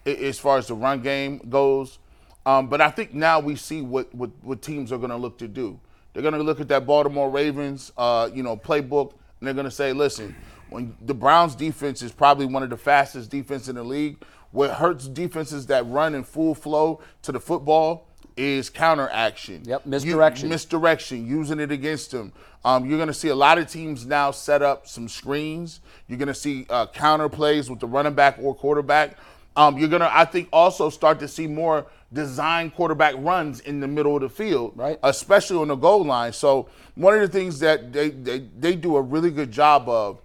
a- as far as the run game goes. Um, but I think now we see what what, what teams are going to look to do. They're going to look at that Baltimore Ravens, uh, you know, playbook, and they're going to say, listen, when the Browns defense is probably one of the fastest defense in the league. What hurts defenses that run in full flow to the football is counteraction.
Yep,
You-
misdirection.
mis- misdirection, using it against him. Um, you're going to see a lot of teams now set up some screens. You're going to see uh, counter plays with the running back or quarterback. Um, you're going to, I think, also start to see more design quarterback runs in the middle of the field,
Right.
especially on the goal line. So one of the things that they, they, they do a really good job of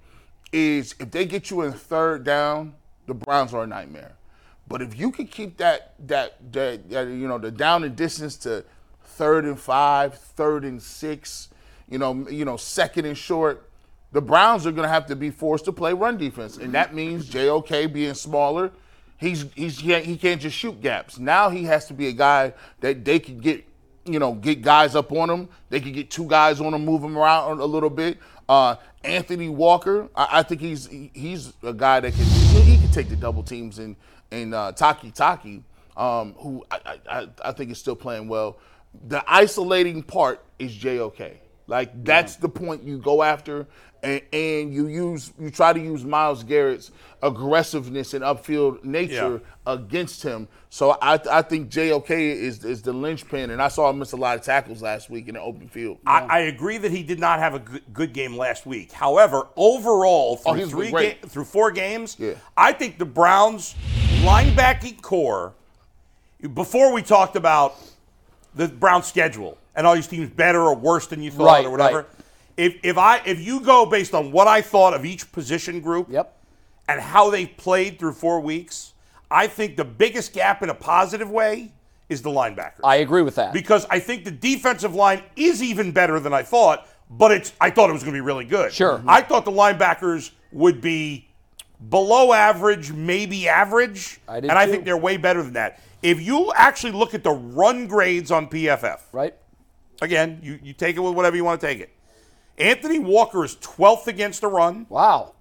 is if they get you in third down, the Browns are a nightmare. But if you could keep that that, that, that, you know the down and distance to third and five, third and six, you know m- you know second and short, the Browns are going to have to be forced to play run defense, and that means JOK being smaller. He's he's he can't- he can't just shoot gaps. Now he has to be a guy that they can get you know, get guys up on him. They could get two guys on him, move him around a little bit. Uh, Anthony Walker, I, I think he's he- he's a guy that can he, he can take the double teams and and uh, Taki Taki, um, who I, I- I I think is still playing well. The isolating part is JOK. Like that's the point you go after, and, and you use you try to use Miles Garrett's aggressiveness and upfield nature against him. So I, I think JOK is is the linchpin, and I saw him miss a lot of tackles last week in the open field.
I, I agree that he did not have a good, good game last week. However, overall,
Oh,
through,
he's been
three
great.
ga- through four games,
Yeah.
I think the Browns' linebacking core, before we talked about the Browns' schedule and all these teams better or worse than you thought
Right,
or whatever,
right.
if, if, I, if you go based on what I thought of each position group
Yep.
and how they played through four weeks, I think the biggest gap in a positive way is the linebacker
I agree with that.
because I think the defensive line is even better than I thought. But it's I thought it was going to be really good.
Sure.
I thought the linebackers would be below average, maybe average,
I did
and I
too.
think they're way better than that. If you actually look at the run grades on PFF,
right?
again, you, you take it with whatever you want to take it. Anthony Walker is 12th against the run.
Wow.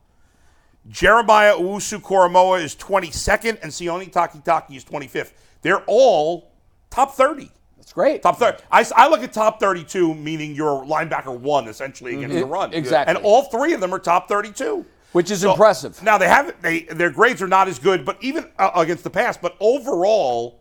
Jeremiah Owusu Koromoa is 22nd, and Sione Takitaki is 25th. They're all top 30.
That's great.
Top 30. I, s- I look at top 32, meaning your linebacker one essentially against the run.
Mm-hmm. exactly.
And all three of them are top 32.
Which is impressive.
Now they haven't. They their grades are not as good, but even uh, against the pass. But overall,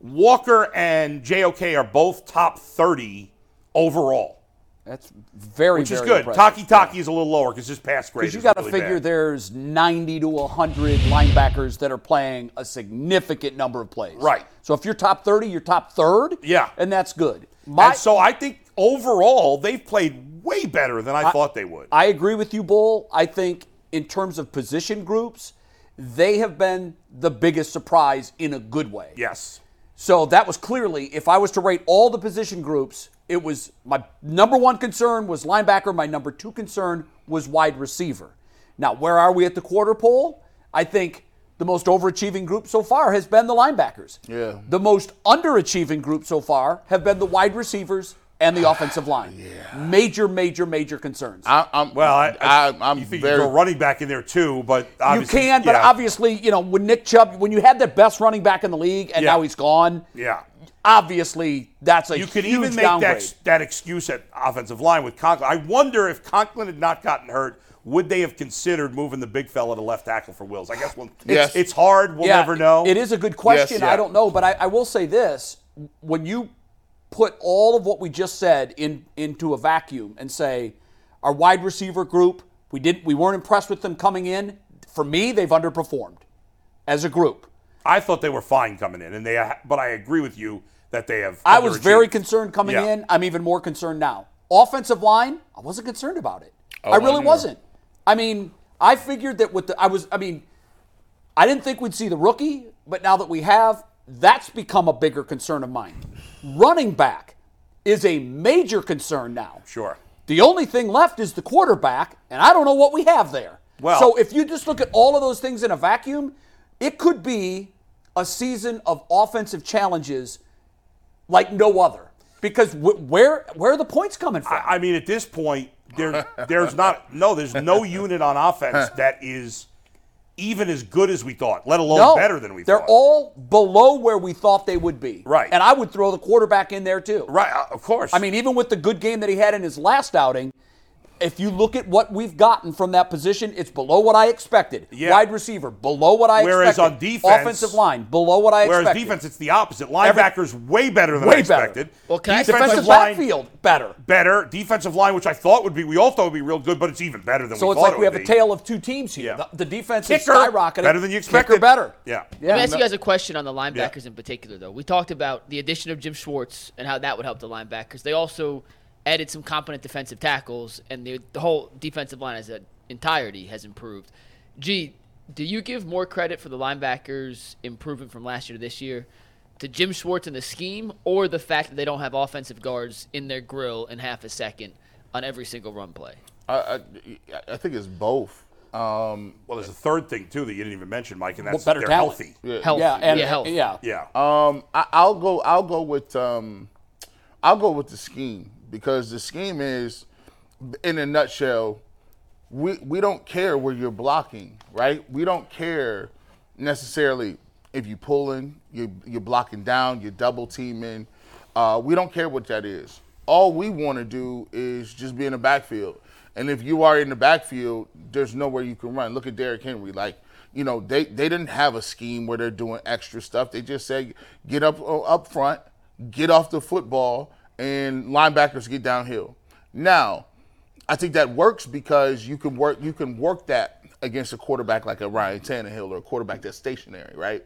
Walker and JOK are both top 30 overall,
That's very,
which is
very
good.
impressive.
Taki Taki is a little lower because his pass grade.
Because you
is
got to
really
figure
bad.
there's 90 to 100 linebackers that are playing a significant number of plays.
Right.
So if you're top 30, you're top third.
Yeah.
And that's good. My,
and so I think overall they've played way better than I, thought they would.
I agree with you, Bull. I think in terms of position groups, they have been the biggest surprise in a good way.
yes.
So that was clearly, if I was to rate all the position groups, it was my number one concern was linebacker. My number two concern was wide receiver. Now, where are we at the quarter pole? I think the most overachieving group so far has been the linebackers.
Yeah.
The most underachieving group so far have been the wide receivers and the offensive line. Yeah. Major, major, major concerns.
I, I'm
Well, I, I,
am
you think you
very
go running back in there too, but
you
obviously,
can, but
yeah.
obviously, you know, when Nick Chubb, when you had the best running back in the league and
Yeah.
now he's gone,
yeah,
obviously that's a
you could
huge
even make
downgrade.
that that excuse at offensive line with Conklin. I wonder if Conklin had not gotten hurt, would they have considered moving the big fella to left tackle for Wills? I guess we'll, it's,
Yes.
it's hard. We'll never know.
It is a good question.
yeah.
I don't know, but I, I will say this: when you put all of what we just said in into a vacuum and say our wide receiver group, we didn't, we weren't impressed with them coming in. For me, they've underperformed as a group.
I thought they were fine coming in, and they. ha- But I agree with you that they have.
I was very
underachieved.
concerned coming
Yeah.
in. I'm even more concerned now. Offensive line, I wasn't concerned about it.
Oh,
I really wasn't. I mean, I figured that with the, I was, I mean, I didn't think we'd see the rookie, but now that we have, that's become a bigger concern of mine. Running back is a major concern now.
Sure.
The only thing left is the quarterback, and I don't know what we have there.
Well-
so if you just look at all of those things in a vacuum, it could be a season of offensive challenges like no other. Because wh- where where are the points coming from?
I mean, at this point, there, there's not no, there's no unit on offense that is even as good as we thought, let alone better than we
They're
thought.
all below where we thought they would be.
Right.
And I would throw the quarterback in there too.
right, uh, of course.
I mean, even with the good game that he had in his last outing, if you look at what we've gotten from that position, it's below what I expected.
Yeah.
Wide receiver, below what I
Whereas
expected.
on defense-
offensive line, below what I
whereas
expected.
defense, it's the opposite. Linebackers way better than I
Way better.
expected.
Well, can I-
defensive
defensive
line
backfield, better.
better. Defensive line, which I thought would be, we all thought would be real good, but it's even better than
So
we
it's
thought
like
it
we
would
have
be.
a tail of two teams here.
Yeah.
The, the defense is
Kicker,
skyrocketing.
better than you expected.
Kicker better.
Yeah.
Let me
Yeah.
ask you guys a question on the linebackers in particular, though. We talked about the addition of Jim Schwartz and how that would help the linebackers. They also added some competent defensive tackles, and the, the whole defensive line as an entirety has improved. Gee, do you give more credit for the linebackers' improvement from last year to this year to Jim Schwartz and the scheme, or the fact that they don't have offensive guards in their grill in half a second on every single run play?
I, I, I think it's both. Um,
Well, there's a third thing too that you didn't even mention, Mike, and that's
better
they're
talent.
healthy.
Health.
Yeah, and,
yeah, health.
yeah.
Yeah.
Um, I, I'll go. I'll go with. Um, I'll go with the scheme because the scheme is, in a nutshell, we we don't care where you're blocking, right? We don't care necessarily if you're pulling, you you're blocking down, you're double teaming. Uh, we don't care what that is. All we want to do is just be in the backfield. And if you are in the backfield, there's nowhere you can run. Look at Derrick Henry. Like, you know, they, they didn't have a scheme where they're doing extra stuff. They just said, get up uh, up front, get off the football, and linebackers get downhill. Now, I think that works because you can work you can work that against a quarterback like a Ryan Tannehill or a quarterback that's stationary, right?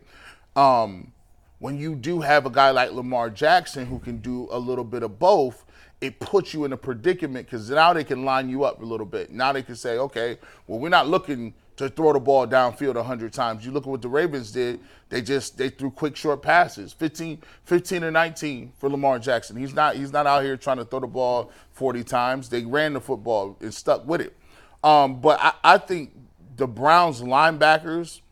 Um, when you do have a guy like Lamar Jackson who can do a little bit of both, it puts you in a predicament because now they can line you up a little bit. Now they can say, okay, well we're not looking to throw the ball downfield 100 times. You look at what the Ravens did. They just they threw quick short passes, 15, 15 or 19 for Lamar Jackson. He's not he's not out here trying to throw the ball 40 times. They ran the football and stuck with it. Um, but I, I think the Browns linebackers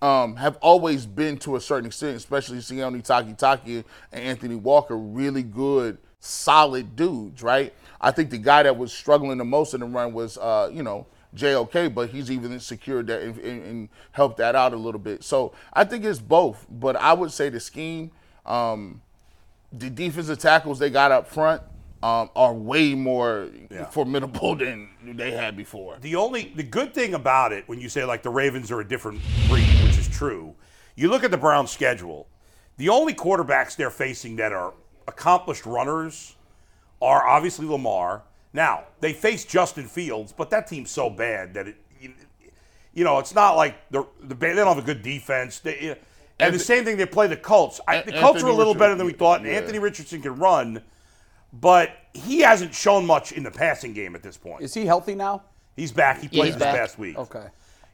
um, have always been to a certain extent, especially Sione Takitaki and Anthony Walker, really good, solid dudes, right? I think the guy that was struggling the most in the run was, uh, you know, JOK, but he's even secured that and, and, and helped that out a little bit. So I think it's both, but I would say the scheme, um, the defensive tackles they got up front um, are way more formidable than they had before.
The only the good thing about it when you say like the Ravens are a different breed, which is true, you look at the Browns schedule. The only quarterbacks they're facing that are accomplished runners are obviously Lamar. Now, they face Justin Fields, but that team's so bad that it you, you know, it's not like the the they don't have a good defense. They, and, the same thing they play the Colts. I, the Colts were
An-
a
Anthony
little
Richardson-
better than we thought. and
yeah.
Anthony Richardson can run, but he hasn't shown much in the passing game at this point.
Is he healthy now?
He's back. He played
he's
this
back.
past week.
Okay.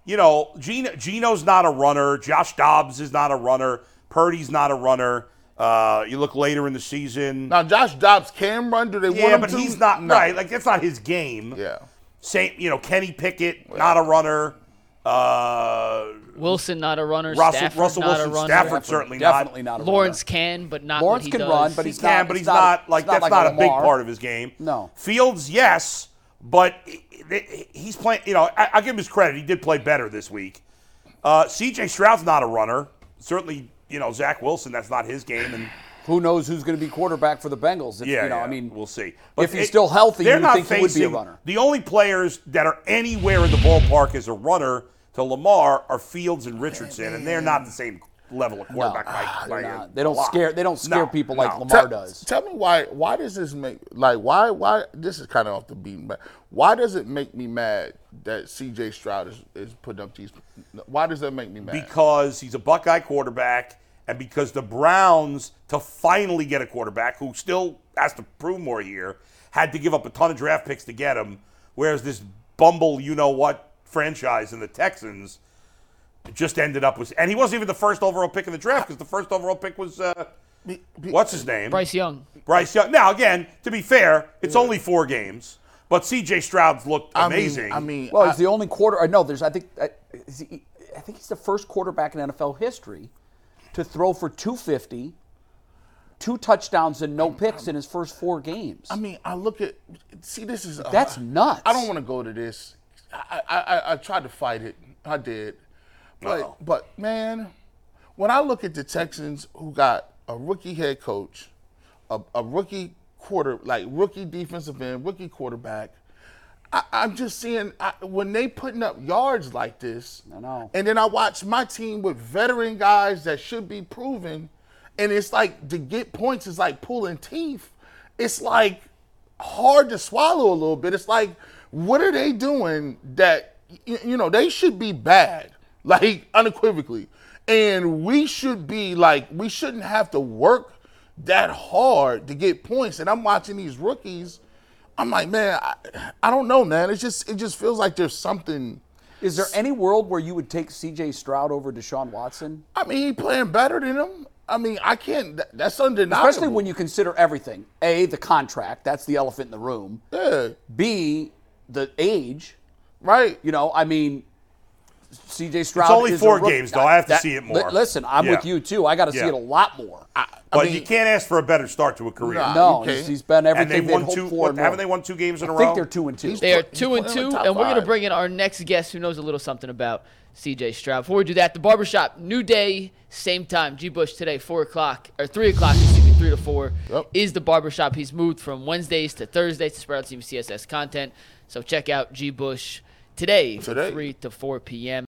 You know, Gino, Gino's not a runner. Josh Dobbs is not a runner. Purdy's not a runner. Uh, you look later in the season.
Now, Josh Dobbs can run. Do they want
yeah,
him
but
to?
he's not
No.
right. Like that's not his game.
Yeah.
Same. You know, Kenny Pickett, not a runner. Uh,
Wilson not a runner.
Russell,
Stafford
Russell
not
Wilson,
a runner.
Stafford certainly
Definitely
not.
not. a
Lawrence
runner.
can, but not
Lawrence
what he
can
does.
run, but
He
It's
can,
not-
but
it's
he's
not-
not, like
it's not
that's
like
not a,
a
big
Lamar.
part of his game.
No.
Fields, yes, but he- he- he's playing. You know, I, I'll give him his credit. He did play better this week. Uh, C.J. Stroud's not a runner. Certainly, you know Zach Wilson. That's not his game, and
Who knows who's going to be quarterback for the Bengals? If,
yeah,
you know,
yeah,
I mean,
we'll see.
if he's still healthy,
they're
you would
not
think he would be a
facing-
runner.
The only players that are anywhere in the ballpark as a runner to Lamar are Fields and Richardson, and they're not the same level of quarterback. by- by
ah, they're
a
not. They don't
lot.
scare. They don't scare
No,
people like
no.
Lamar
Tell-
does.
Tell me why why does this make like why why this is kind of off the beaten but why does it make me mad that CJ Stroud is, is putting up these why does that make me mad?
because he's a Buckeye quarterback and because the Browns, to finally get a quarterback who still has to prove more here, had to give up a ton of draft picks to get him. Whereas this bumble, you know what, franchise in the Texans just ended up with, and he wasn't even the first overall pick in the draft because the first overall pick was, uh, what's his name?
Bryce Young.
Bryce Young. Now, again, to be fair, it's only four games, but CJ Stroud's looked
I mean-
amazing.
I mean,
Well,
I-
he's the only quarter. Or no, there's. I think. I, is he, I think he's the first quarterback in NFL history to throw for 250, two touchdowns, and no picks in his first four games.
I mean, I look at see this is uh,
That's nuts.
I don't want to go to this. I, I I- I tried to fight it. I did, but
Uh-oh.
but man, when I look at the Texans who got a rookie head coach, a, a rookie quarter like rookie defensive end, rookie quarterback. I, I'm just seeing I, when they putting up yards like this,
I know.
and then I watch my team with veteran guys that should be proven, and it's like to get points is like pulling teeth. It's like hard to swallow a little bit. It's like, what are they doing that you, you know they should be bad, like unequivocally, and we should be like we shouldn't have to work that hard to get points. And I'm watching these rookies. I'm like, man, I, I don't know, man. It's just it just feels like there's something.
Is there any world where you would take C.J. Stroud over Deshaun Watson,
I mean, he playing better than him. I mean, I can't. that- that's undeniable.
especially when you consider everything? A, the contract. That's the elephant in the room.
yeah,
B, the age.
right.
You know, I mean, C.J. Stroud.
it's only
is a
four
rookie.
games, though. I have to
That-
see it
li-
more.
listen, I'm with
Yeah.
you too. I got to see
Yeah.
it a lot more.
But
mean-
you can't ask for a better start to a career.
Nah.
no,
okay.
he's, he's been everything
and they won
hoped
two.
for.
What,
and more.
haven't they won two games in a
I
row?
think they're two and two.
He's-
They are
He's
two and
playing
two,
with
and
top
we're going to
five.
bring in our next guest who knows a little something about CJ Stroud. Before we do that, the barbershop, new day, same time. G. Bush today, four o'clock or three o'clock, excuse me, three to four
Yep.
is the barbershop. He's moved from Wednesdays to Thursdays to spread out some CSS content. So check out G. Bush today, from
Today.
three to four p.m.